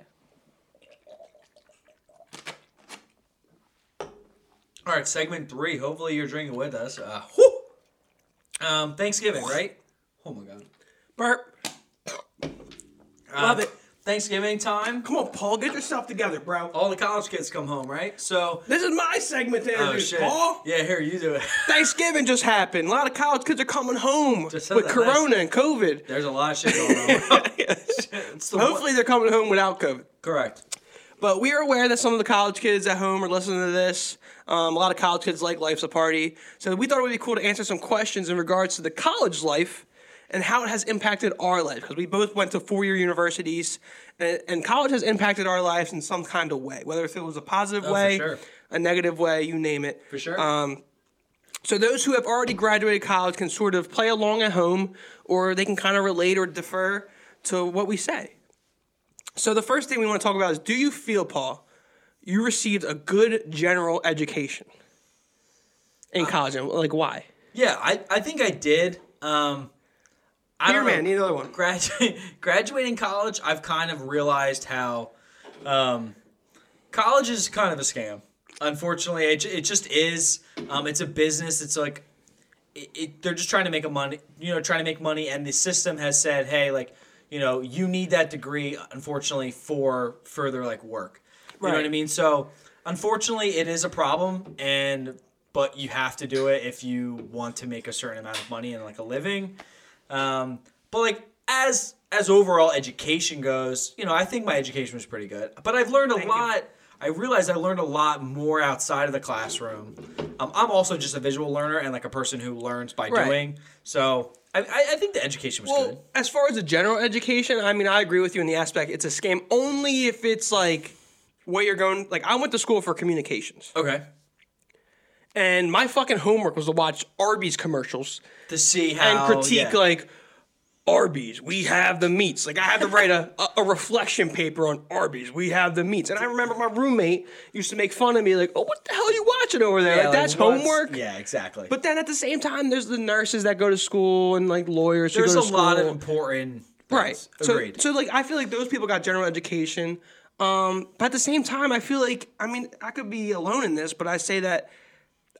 B: Yeah. All right, segment three. Hopefully you're drinking with us. Uh, whew. Um, Thanksgiving, right? Oh my God.
A: Burp.
B: Uh,
A: Love it.
B: Thanksgiving time.
A: Come on, Paul, get yourself together, bro.
B: All the college kids come home, right? So.
A: This is my segment to
B: Oh
A: introduce,
B: shit.
A: Paul.
B: Yeah, here you do it.
A: Thanksgiving just happened. A lot of college kids are coming home
B: Just said
A: with
B: that
A: Corona and COVID.
B: There's a lot of shit going on. It's the one-
A: Hopefully, they're coming home without COVID.
B: correct.
A: But we are aware that some of the college kids at home are listening to this. Um, a lot of college kids like Life's a Party. So we thought it would be cool to answer some questions in regards to the college life and how it has impacted our life. Because we both went to four year universities, and, and college has impacted our lives in some kind of way, whether if it was a positive way,
B: Oh, sure.
A: a negative way, you name it. Um,
B: For sure.
A: So those who have already graduated college can sort of play along at home, or they can kind of relate or defer to what we say. So the first thing we want to talk about is: Do you feel, Paul, you received a good general education in college, and like why?
B: yeah, I, I think I did. Um, I
A: Here,
B: don't know.
A: man, need another one.
B: gradu- graduating college, I've kind of realized how um, college is kind of a scam. Unfortunately, it, ju- it just is. Um, it's a business. It's like it, it, they're just trying to make a money, you know, trying to make money, and the system has said, hey, like, you know, you need that degree, unfortunately, for further like work. You know what I
A: Right.
B: mean? So, unfortunately, it is a problem, and but you have to do it if you want to make a certain amount of money and like a living. Um, but like as as overall education goes, you know, I think my education was pretty good. But I've learned a
A: you.
B: lot. I realized I learned a lot more outside of the classroom. Um, I'm also just a visual learner and like a person who learns by
A: Right.
B: doing. So I, I, I think the education was good.
A: Well, as far as the general education, I mean, I agree with you in the aspect it's a scam only if it's like what you're going. Like, I went to school for communications,
B: Okay.
A: and my fucking homework was to watch Arby's commercials
B: To see
A: and
B: how
A: critique
B: Oh, yeah.
A: like Arby's. We have the meats. Like, I had to write a, a a reflection paper on Arby's. We have the meats. And I remember my roommate used to make fun of me, like, "Oh, what the hell are you watching over there? like,
B: Yeah, like,
A: that's
B: what's-
A: homework."
B: Yeah, exactly.
A: But then at the same time, there's the nurses that go to school and like lawyers.
B: there's
A: who
B: a
A: go to
B: lot of
A: school.
B: important things.
A: Right. So,
B: Agreed.
A: so like I feel like those people got general education. Um, but at the same time, I feel like I mean I could be alone in this, but I say that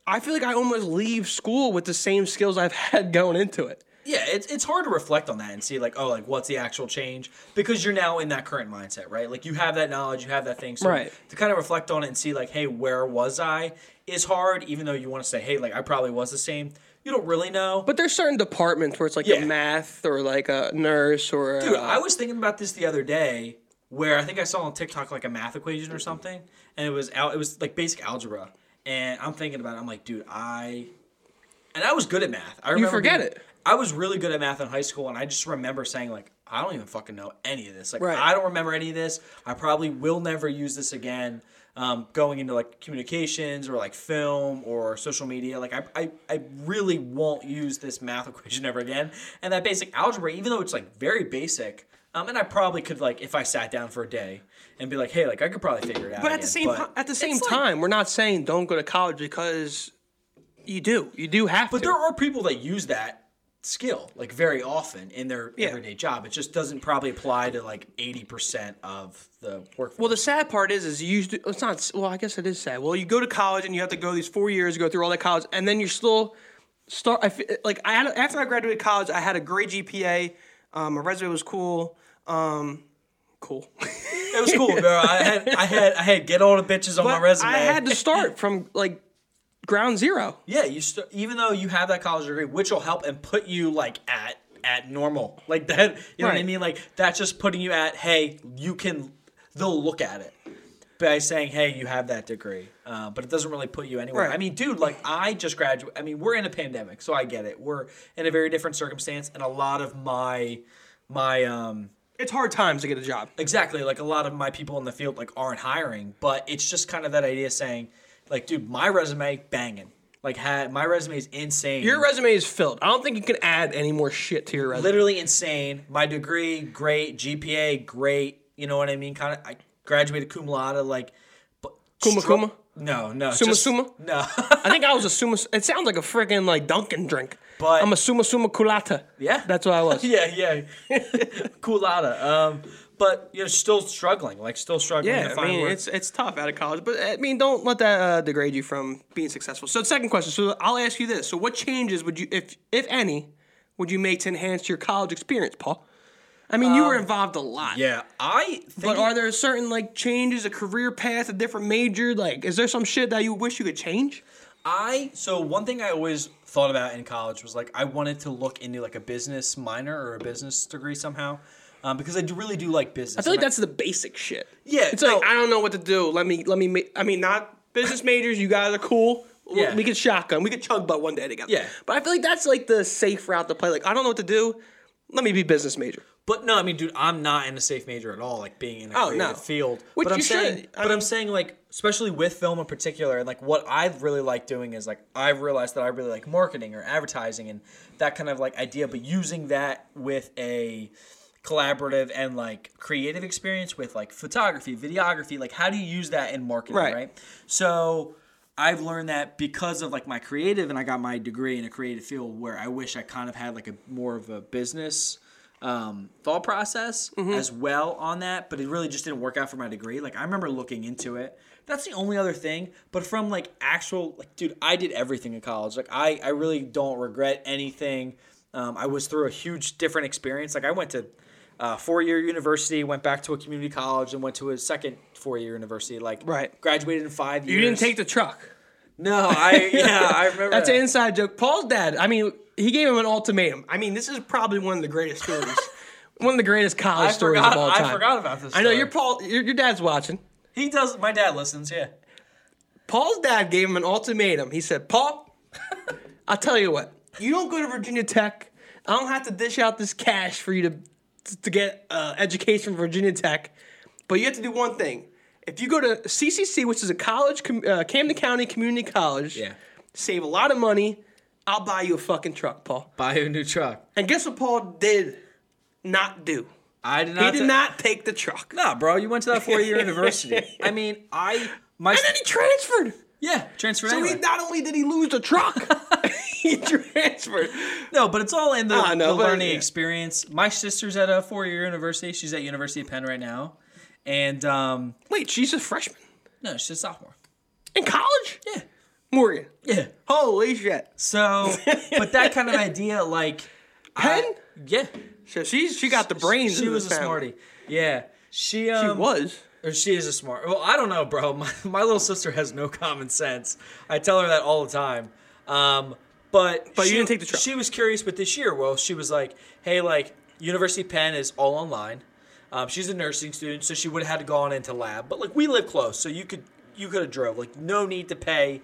A: I feel like I almost leave school with the same skills I've had going into it.
B: yeah, it's it's hard to reflect on that and see like, oh, like what's the actual change because you're now in that current mindset, right? Like you have that knowledge, you have that thing. So
A: Right.
B: to kind of reflect on it and see like, hey, where was I? Is hard, even though you want to say, hey, like I probably was the same. You don't really know.
A: But there's certain departments where it's like
B: Yeah.
A: a math or like a nurse or
B: Dude,
A: uh,
B: I was thinking about this the other day where I think I saw on TikTok like a math equation or something, and it was out. It was like basic algebra, and I'm thinking about it. I'm like, dude, I, and I was good at math. I remember
A: forget
B: being-
A: it.
B: I was really good at math in high school, and I just remember saying like, I don't even fucking know any of this. Like,
A: Right.
B: I don't remember any of this. I probably will never use this again. Um, going into like communications or like film or social media, like I, I, I really won't use this math equation ever again. And that basic algebra, even though it's like very basic, um, and I probably could like if I sat down for a day and be like, hey, like I could probably figure it out.
A: but at the same
B: time,
A: at the same
B: it's like-
A: time, we're not saying don't go to college because you do. You do have
B: But
A: to.
B: there are people that use that skill like very often in their everyday job. It just doesn't probably apply to like eighty percent of the workforce.
A: Well, the sad part is, is you used to, it's not, well, I guess it is sad. Well, you go to college and you have to go these four years, go through all that college, and then you're still, start, I, fe- like, I had, after I graduated college, I had a great GPA. Um, my resume was cool. Um, cool.
B: it was cool, bro. I had I had I had get all the bitches on my resume.
A: I had to start from, like, ground zero.
B: Yeah, you st- even though you have that college degree, which will help and put you like at at normal, like that. You know what I
A: Right.
B: mean? Like that's just putting you at hey, you can. They'll look at it by saying hey, you have that degree, uh, but it doesn't really put you anywhere.
A: Right.
B: I mean, dude, like I just graduated. I mean, we're in a pandemic, so I get it. We're in a very different circumstance, and a lot of my my um
A: It's hard times to get a job.
B: Exactly. Like a lot of my people in the field like aren't hiring, but it's just kind of that idea saying, like, dude, my resume banging. Like, had my resume is insane.
A: Your resume is filled. I don't think you can add any more shit to your resume.
B: literally insane. My degree, great. GPA, great. You know what I mean? Kind of. I graduated cum laude. Like, but
A: Kuma
B: stro-
A: Kuma?
B: No, no.
A: Suma Suma?
B: No.
A: I think I was a summa, it sounds like a freaking, like, Dunkin' drink.
B: But-
A: I'm a summa summa culata.
B: Yeah.
A: That's what I was.
B: yeah, yeah. Culotta. Um, but you know, still struggling. Like, still struggling. to
A: Yeah, I
B: find
A: mean
B: work.
A: it's it's tough out of college, but I mean don't let that uh, degrade you from being successful. So second question, so I'll ask you this: so what changes would you, if if any, would you make to enhance your college experience, Paul? I mean you were involved a lot,
B: yeah. I. Think
A: But are there certain like changes, a career path, a different major? Like, is there some shit that you wish you could change?
B: I so one thing I always thought about in college was like I wanted to look into like a business minor or a business degree somehow, um, because I do, really do like business.
A: I feel like that's the basic shit.
B: Yeah,
A: it's
B: no.
A: like I don't know what to do. Let me let me. Ma- I mean, not business majors. You guys are cool. W-
B: Yeah.
A: we could shotgun. We could chug butt one day together.
B: Yeah.
A: but I feel like that's like the safe route to play. Like I don't know what to do. Let me be business major.
B: But no, I mean, dude, I'm not in a safe major at all. Like being in a
A: Oh,
B: creative
A: no.
B: field.
A: Which
B: but I'm
A: you
B: saying,
A: should. I
B: but I'm saying like, especially with film in particular, and like what I really like doing is like I've realized that I really like marketing or advertising and that kind of like idea. But using that with a collaborative and like creative experience with like photography, videography, like how do you use that in marketing,
A: Right.
B: right? So I've learned that because of like my creative and I got my degree in a creative field where I wish I kind of had like a more of a business um, thought process as well on that, but it really just didn't work out for my degree. Like I remember looking into it. That's the only other thing. But from like actual, like dude, I did everything in college. Like I, I really don't regret anything. Um, I was through a huge different experience. Like I went to uh, four year university, went back to a community college, and went to a second four year university. Like
A: Right.
B: graduated in five years.
A: You didn't take the truck.
B: No, I yeah, I remember.
A: That's
B: that.
A: an inside joke. Paul's dad, I mean, he gave him an ultimatum. I mean, this is probably one of the greatest stories. one of the greatest college
B: I
A: stories
B: forgot,
A: of all time.
B: I forgot about this.
A: I know
B: story.
A: your Paul your, your dad's watching.
B: He does. My dad listens. Yeah.
A: Paul's dad gave him an ultimatum. He said, "Paul, I'll tell you what. You don't go to Virginia Tech. I don't have to dish out this cash for you to to get uh, education from Virginia Tech, but you have to do one thing. If you go to CCC, which is a college, com- uh, Camden County Community College,
B: Yeah.
A: save a lot of money. I'll buy you a fucking truck, Paul.
B: Buy a new truck.
A: And guess what Paul did not do?
B: I did not.
A: He did
B: ta-
A: not take the truck.
B: Nah, bro. You went to that four year university. I mean, I my
A: And then he transferred.
B: yeah transferred.
A: So he,
B: anyway.
A: not only did he lose the truck, he transferred.
B: no, but it's all in the,
A: Ah, no,
B: the
A: but-
B: learning
A: yeah.
B: experience. My sister's at a four year university. She's at University of Penn right now, and um,
A: Wait, she's a freshman
B: no, she's a sophomore.
A: in college?
B: Yeah,
A: Morgan.
B: yeah.
A: Holy shit.
B: So, but that kind of idea, like
A: Penn?
B: I- yeah,
A: so she's she got the brains.
B: She
A: in
B: was a
A: this family.
B: smarty. Yeah, she um,
A: She was.
B: Or she is a smart. Well, I don't know, bro. My, my little sister has no common sense. I tell her that all the time. Um, but
A: But you
B: she-
A: didn't take the truck.
B: She was curious, but this year, well, she was like, "Hey, like University Penn is all online." Um, she's a nursing student, so she would have had to go on into lab. But like we live close, so you could you could have drove. Like no need to pay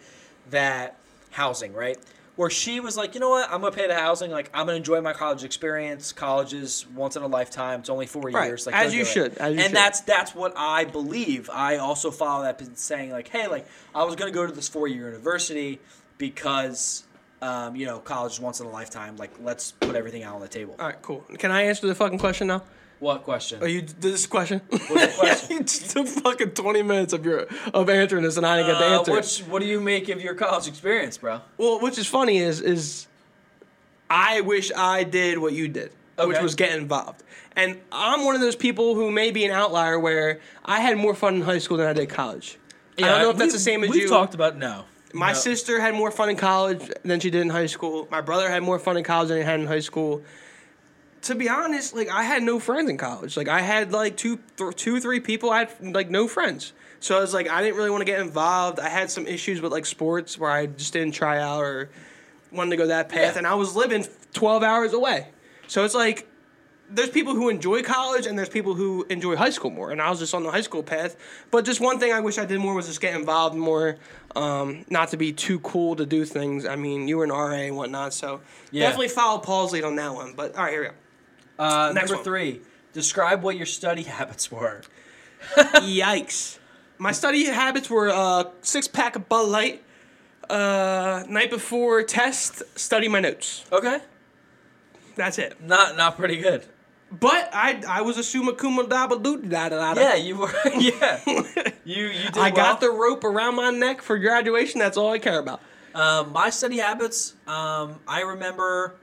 B: that housing, right? Where she was like, you know what? I'm gonna pay the housing. Like I'm gonna enjoy my college experience. College is once in a lifetime. It's only four
A: Right.
B: years. Like
A: As
B: go
A: you
B: do it.
A: should. As you
B: and
A: should.
B: that's that's what I believe. I also follow that in saying like, hey, like I was gonna go to this four year university because. Um, you know, college is once in a lifetime. Like, let's put everything out on the table.
A: All right, cool. Can I answer the fucking question now?
B: Uh, What question?
A: Are Oh, you this question?
B: What's the question?
A: you just took fucking twenty minutes of your of answering this, and I didn't get
B: Uh,
A: the answer.
B: what's- what do you make of your college experience, bro?
A: well, which is funny is is I wish I did what you did, which
B: Okay.
A: was get involved. And I'm one of those people who may be an outlier where I had more fun in high school than I did college. I don't know if that's the same as
D: we've
A: you.
D: talked about no.
A: My sister had more fun in college than she did in high school. My brother had more fun in college than he had in high school. To be honest, like I had no friends in college. Like I had like two, th- two, three people. I had like no friends. So I was like, I didn't really want to get involved. I had some issues with like sports where I just didn't try out or wanted to go that path.
B: Yeah.
A: And I was living twelve hours away. So it's like there's people who enjoy college and there's people who enjoy high school more. And I was just on the high school path. But just one thing I wish I did more was just get involved more, um, not to be too cool to do things. I mean, you were an RA and whatnot, so definitely follow Paul's lead on that one. But all right, here we go.
B: Uh,
A: Next
B: number
A: one.
B: three, describe what your study habits were.
A: Yikes. My study habits were uh, six pack of Bud Light, uh, night before test, study my notes.
B: Okay,
A: That's it.
B: not not pretty good.
A: But I, I was a summa cum laude doo da da da da.
B: Yeah, you were. Yeah, you you did.
A: I got
B: well.
A: the rope around my neck for graduation. That's all I care about.
B: Um, my study habits, um, I remember,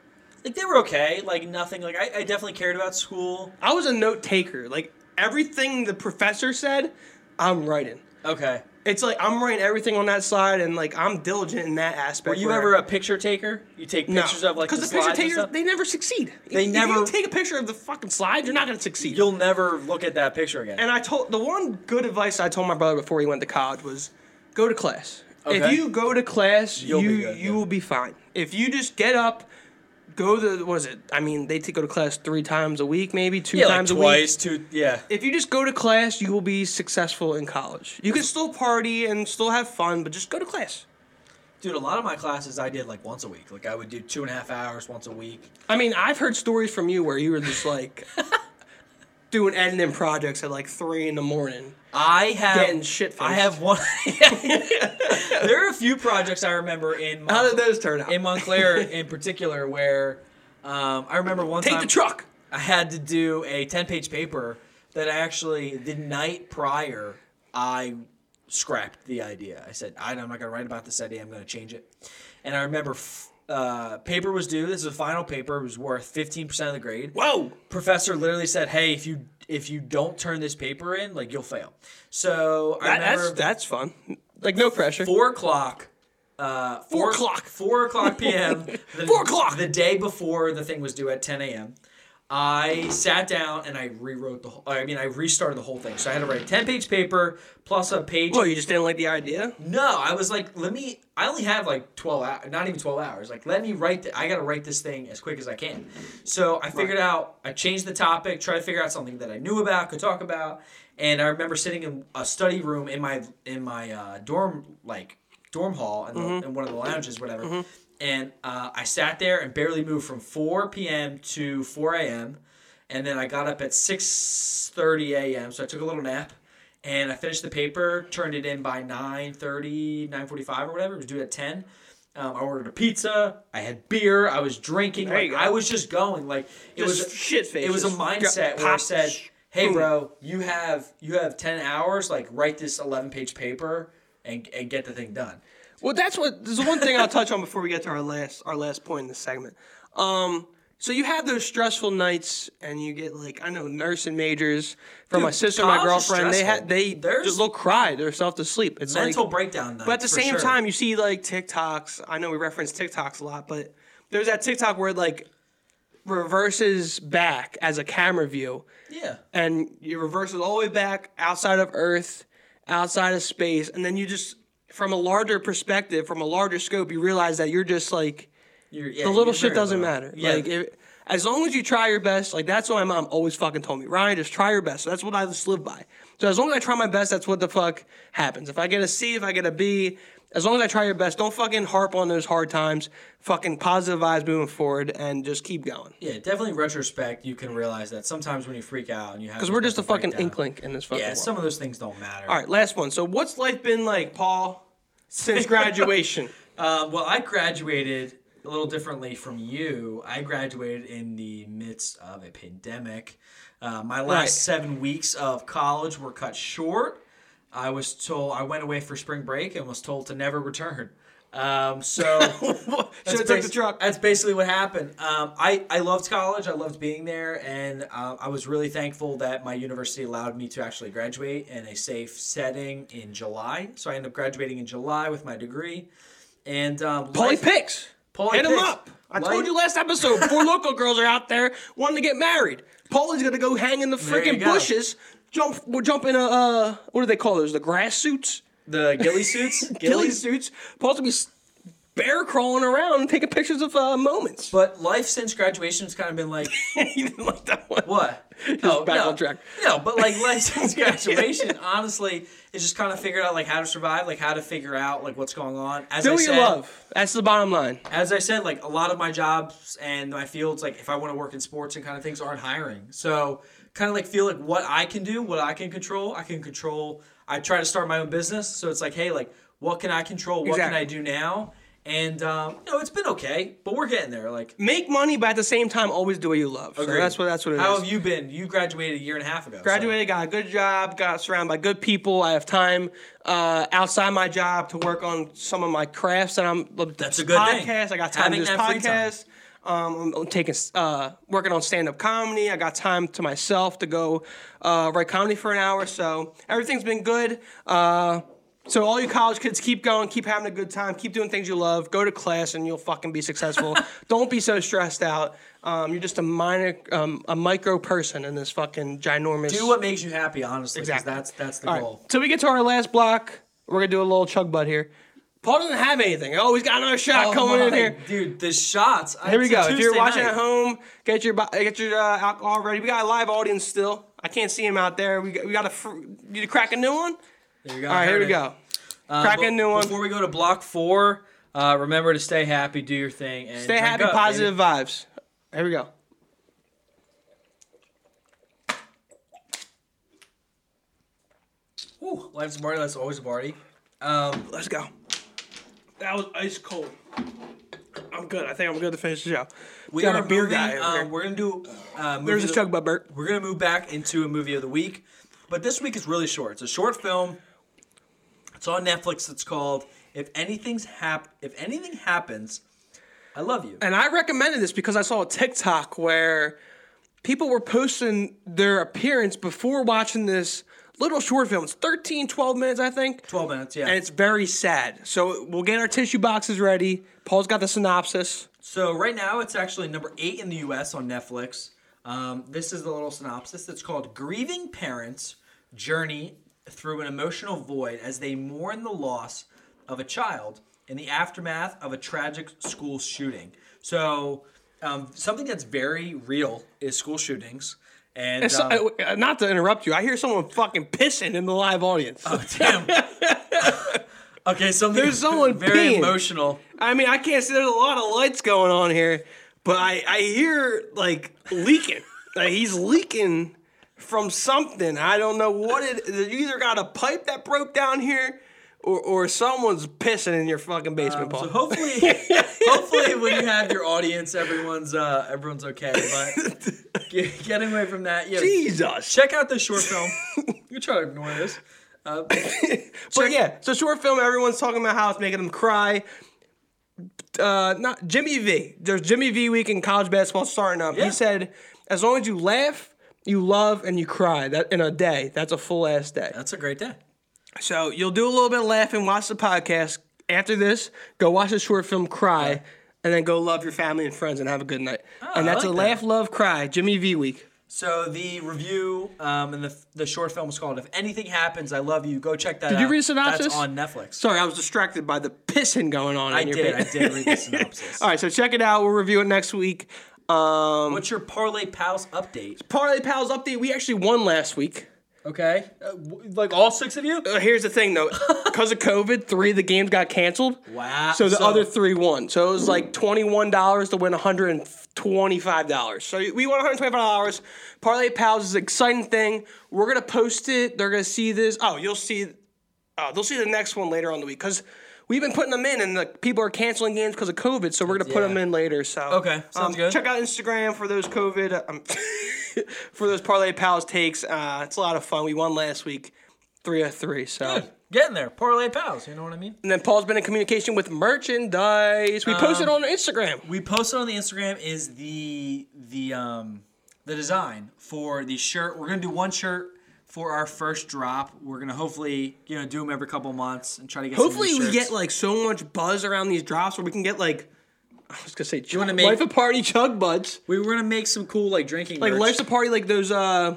B: like they were okay. Like nothing. Like I, I definitely cared about school.
A: I was a note taker. Like everything the professor said, I'm writing.
B: Okay.
A: It's like I'm writing everything on that slide, and like I'm diligent in that aspect.
B: Were you
A: where-
B: ever a picture taker? You take pictures of like the,
A: the picture
B: slides and
A: takers
B: stuff?
A: they never succeed.
B: They
A: if You
B: never-
A: don't take a picture of the fucking slide, you're not gonna succeed.
B: You'll never look at that picture again.
A: and I told the one good advice I told my brother before he went to college was go to class. If
B: Okay.
A: you go to class,
B: You'll
A: you
B: be good,
A: you
B: yeah.
A: will be fine. If you just get up, go to what is it? I mean, they t- go to class three times a week, maybe two
B: yeah, like
A: times a week.
B: twice, two. Yeah.
A: if you just go to class, you will be successful in college. You can still party and still have fun, but just go to class.
B: Dude, a lot of my classes I did like once a week. Like I would do two and a half hours once a week.
A: I mean, I've heard stories from you where you were just like doing editing projects at like three in the morning.
B: I have
A: Getting shit-faced.
B: I have one. there are a few projects I remember in Mon-
A: How did those turn out?
B: in Montclair in particular where um, I remember one
A: Take
B: time
A: the truck.
B: I had to do a ten page paper that actually the night prior I scrapped the idea. I said I, I'm not going to write about this idea. I'm going to change it. And I remember f- Uh, paper was due. This is a final paper. It was worth fifteen percent of the grade.
A: Whoa.
B: Professor literally said, "Hey, if you if you don't turn this paper in, like you'll fail." So I
A: That,
B: remember
A: that's that's fun. Like no pressure.
B: four o'clock. Uh,
A: Four o'clock.
B: Four o'clock p.m. the-
A: Four o'clock.
B: The day before the thing was due at ten a.m. I sat down and I rewrote the whole. I mean, I restarted the whole thing. So I had to write a ten-page paper plus a page.
A: Well, you just didn't like the idea.
B: No, I was like, let me. I only have like twelve hours, not even twelve hours. Like, let me write. The, I gotta write this thing as quick as I can. So I figured out. I changed the topic, tried to figure out something that I knew about, could talk about. And I remember sitting in a study room in my in my uh, dorm like dorm hall in, the, in one of the lounges, whatever. And uh, I sat there and barely moved from four p.m. to four a.m. And then I got up at six thirty a.m. So I took a little nap and I finished the paper, turned it in by 9.30, 9.45 or whatever. It was due at 10. Um, I ordered a pizza. I had beer. I was drinking.
A: There
B: Like,
A: you go.
B: I was just going. Like it
A: Just
B: was
A: shit
B: It was a
A: faces.
B: mindset
A: Got
B: where I
A: popped.
B: said, "Hey,
A: Boom.
B: bro, you have you have ten hours. Like write this eleven page paper and and get the thing done."
A: Well, that's what. There's one thing I'll touch on before we get to our last our last point in this segment. Um, so you have those stressful nights, and you get like I know nursing majors from my sister, and my
B: college is
A: girlfriend. They
B: stressful.
A: had they
B: There's-
A: just they'll cry themselves to sleep. It's like-
B: Mental breakdown.
A: But at the same time, you see like TikToks. I know we reference TikToks a lot, but there's that TikTok where it like reverses back as a camera view,
B: yeah,
A: and you reverse it all the way back outside of Earth, outside of space, and then you just from a larger perspective, from a larger scope, you realize that you're just like
B: You're- yeah,
A: the little
B: you're
A: shit
B: very
A: doesn't
B: low.
A: matter.
B: Yeah.
A: Like if, as long as you try your best, like that's what my mom always fucking told me. Ryan, just try your best. So that's what I just live by. So as long as I try my best, that's what the fuck happens. If I get a C, if I get a B, as long as I try your best, don't fucking harp on those hard times. Fucking positive vibes moving forward and just keep going.
B: yeah, definitely. In retrospect, you can realize that sometimes when you freak out and you have
A: Because we're just a fucking inklink in this fucking
B: Yeah,
A: world.
B: some of those things don't matter.
A: All right, last one. So what's life been like, Paul, since graduation?
B: Um, well, I graduated a little differently from you. I graduated in the midst of a pandemic. Uh, my last
A: Right.
B: seven weeks of college were cut short. I was told I went away for spring break and was told to never return. Um, so
A: Should've
B: that's
A: took the
B: basi-
A: truck.
B: That's basically what happened. Um, I I loved college. I loved being there, and uh, I was really thankful that my university allowed me to actually graduate in a safe setting in July. So I ended up graduating in July with my degree. And um,
A: Paulie
B: life-
A: Picks.
B: Paulie
A: Hit him
B: Picks.
A: up. I
B: Life-
A: told you last episode, four local girls are out there wanting to get married. Paulie's gonna go hang in the
B: you
A: freaking
B: go.
A: bushes. Jump, we'll jump in a uh, what do they call those? The grass suits,
E: The ghillie suits?
A: ghillie suits. Paul's gonna be s- bear crawling around and taking pictures of uh, moments.
B: But life since graduation has kind of been like
A: you didn't like that one.
B: what?
A: back
B: no.
A: on track.
B: No, but like life since graduation, honestly, is just kind of figured out like how to survive, like how to figure out like what's going on. As
A: Do
B: I
A: what you
B: said,
A: love. That's the bottom line.
B: as I said, like a lot of my jobs and my fields, like if I want to work in sports and kind of things, aren't hiring. So kind of like feel like what I can do, what I can control, I can control. I try to start my own business, so it's like, hey, like what can I control? What
A: Exactly.
B: can I do now? And um, you know, it's been okay, but we're getting there. Like,
A: Make money, but at the same time, always do what you love. So that's what that's what it is.
B: how have you been? You graduated a year and a half ago. so-
A: Graduated, got a good job, got surrounded by good people. I have time uh, outside my job to work on some of my crafts that I'm. That's
B: a good thing.
A: podcast. I got time
B: Having
A: to do this
B: that free time.
A: podcast. Um, I'm, I'm taking uh, working on stand up comedy. I got time to myself to go uh, write comedy for an hour. So everything's been good. Uh, so all you college kids, keep going, keep having a good time, keep doing things you love. Go to class, and you'll fucking be successful. Don't be so stressed out. Um, you're just a minor, um, a micro person in this fucking ginormous.
B: Do what makes you happy, honestly. 'cause
A: Exactly.
B: That's that's the
A: All
B: goal.
A: right. So we get to our last block. We're gonna do a little chug butt here. Paul doesn't have anything. Oh, he's got another shot coming in
B: my-
A: here.
B: dude. The shots.
A: Here we go. If you're watching at home, get your bo- get your uh, alcohol ready. We got a live audience still. I can't see him out there. We got, we got to fr- need to crack a new one.
B: There you go.
A: All right, here we
B: Heard it.
A: go. crack a
B: Well,
A: new one.
B: Uh, Um, Before we go to block four, uh, remember to stay happy, do your thing, and
A: Stay
B: drink
A: happy,
B: up, baby.
A: positive vibes. Here we go.
B: Whew, life's a party. Life's always a party.
A: Let's go. That was ice cold. I'm good. I think I'm good to finish the show. We got a beer
B: moving,
A: guy. Over
B: um,
A: here.
B: We're gonna do. Uh, movie
A: There's
B: of
A: a
B: the-
A: chug butt, Bert.
B: We're gonna move back into a movie of the week, but this week is really short. It's a short film. It's on Netflix. It's called "If Anything's Hap If Anything Happens."
F: I love you.
A: And I recommended this because I saw a TikTok where people were posting their appearance before watching this little short film. It's 13, 12 minutes, I think.
F: 12 minutes, yeah.
A: And it's very sad. So we'll get our tissue boxes ready. Paul's got the synopsis.
B: So right now it's actually number eight in the U.S. on Netflix. Um, this is the little synopsis. It's called "Grieving Parents Journey Through an Emotional Void as They Mourn the Loss of a Child in the Aftermath of a Tragic School Shooting." So um, something that's very real is school shootings, and
A: So-
B: um,
A: uh, uh, not to interrupt you, I hear someone fucking pissing in the live audience.
B: damn. okay, something
A: There's someone
B: very
A: peeing.
B: emotional.
A: I mean, I can't see. There's a lot of lights going on here, but I I hear like leaking. like he's leaking from something. I don't know what it. You either got a pipe that broke down here, or or someone's pissing in your fucking basement, Paul.
B: Um, So hopefully, hopefully, when you have your audience, everyone's uh, everyone's okay. But get, getting away from that, yeah.
A: Jesus.
B: Check out this short film. You try to ignore this.
A: But yeah, so short film. Everyone's talking about how it's making them cry. Uh, not Jimmy V. There's Jimmy V week in college basketball starting up. He said, as long as you laugh, you love, and you cry that in a day, that's a full ass day.
B: That's a great day.
A: So you'll do a little bit of laughing, watch the podcast. After this, go watch the short film Cry, and then go love your family and friends and have a good night. and that's a
B: Oh, I like that.
A: laugh, love, cry, Jimmy V week.
B: So the review um, and the the short film is called "If Anything Happens, I Love You." Go check that. Did out.
A: you read the synopsis?
B: That's on Netflix.
A: Sorry, I was distracted by the pissing going on.
B: I
A: in your
B: did.
A: ba-
B: I did read the synopsis.
A: All right, so check it out. We'll review it next week. Um,
B: What's your parlay pals update?
A: Parlay Pals update. We actually won last week.
B: Okay, uh, w- like all six of you.
A: Uh, here's the thing though, because of COVID, three of the games got canceled.
B: Wow.
A: So the
B: So-
A: other three won. So it was like twenty one dollars to win one hundred and twenty five dollars. So we won one hundred twenty five dollars. Parlay Pals is an exciting thing. We're gonna post it. They're gonna see this. Oh, you'll see. Oh, they'll see the next one later on in the week because we've been putting them in, and the people are canceling games because of COVID. So we're gonna put
B: Yeah.
A: them in later. So
B: Okay, sounds
A: um,
B: good.
A: Check out Instagram for those COVID. uh, Um, for those Parlay Pals takes. Uh, it's a lot of fun. We won last week. 303. So,
B: Getting there, parlay pals. You know what I mean.
A: and then Paul's been in communication with merchandise. We posted on Instagram.
B: we posted on the Instagram is the the um the design for the shirt. We're gonna do one shirt for our first drop. We're gonna hopefully you know do them every couple months and try to get. some new
A: Hopefully, we
B: shirts.
A: get like so much buzz around these drops where we can get like. I was gonna say, you
B: wanna make-
A: life a party chug buds.
B: we were gonna make some cool like drinking
A: Like
B: merch.
A: life's a party, like those uh,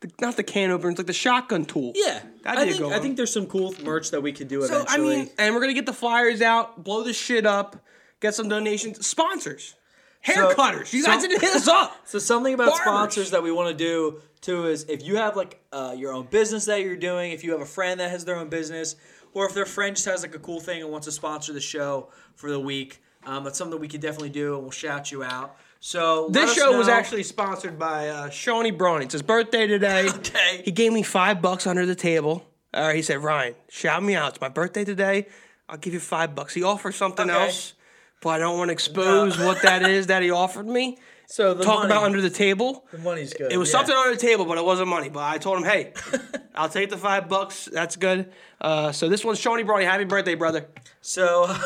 A: the, not the can openers, like the shotgun tool.
B: Yeah,
A: That'd
B: I
A: be a
B: think
A: good
B: I
A: one.
B: think there's some cool merch that we could do
A: So
B: eventually.
A: I mean, and we're gonna get the flyers out, blow this shit up, get some donations, sponsors, haircutters. you guys
B: so-
A: didn't hit us up.
B: So something about
A: Barbers.
B: sponsors that we want to do too is if you have like uh, your own business that you're doing, if you have a friend that has their own business, or if their friend just has like a cool thing and wants to sponsor the show for the week, um, that's something we could definitely do, and we'll shout you out. So let
A: This
B: us
A: show was
B: know-
A: actually sponsored by uh, Shawnee Braun. It's his birthday today.
B: Okay.
A: He gave me five bucks under the table. Uh, he said, Ryan, shout me out. It's my birthday today. I'll give you five bucks. He offered something
B: Okay.
A: else, but I don't want to expose what that is that he offered me.
B: so the
A: Talk
B: money-
A: about under the table.
B: the money's good.
A: It was
B: yeah.
A: something under the table, but it wasn't money. But I told him, hey, I'll take the five bucks. That's good. Uh, so this one's Shawnee Braun. Happy birthday, brother.
B: So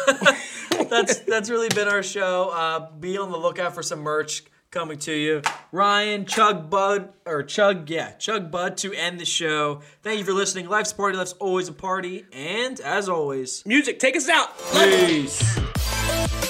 B: that's that's really been our show. Uh, be on the lookout for some merch coming to you. Ryan Chug Bud or Chug yeah Chug Bud to end the show. Thank you for listening. Life's a party. Life's always a party. And as always,
A: Music, take us out.
B: peace.
G: Thank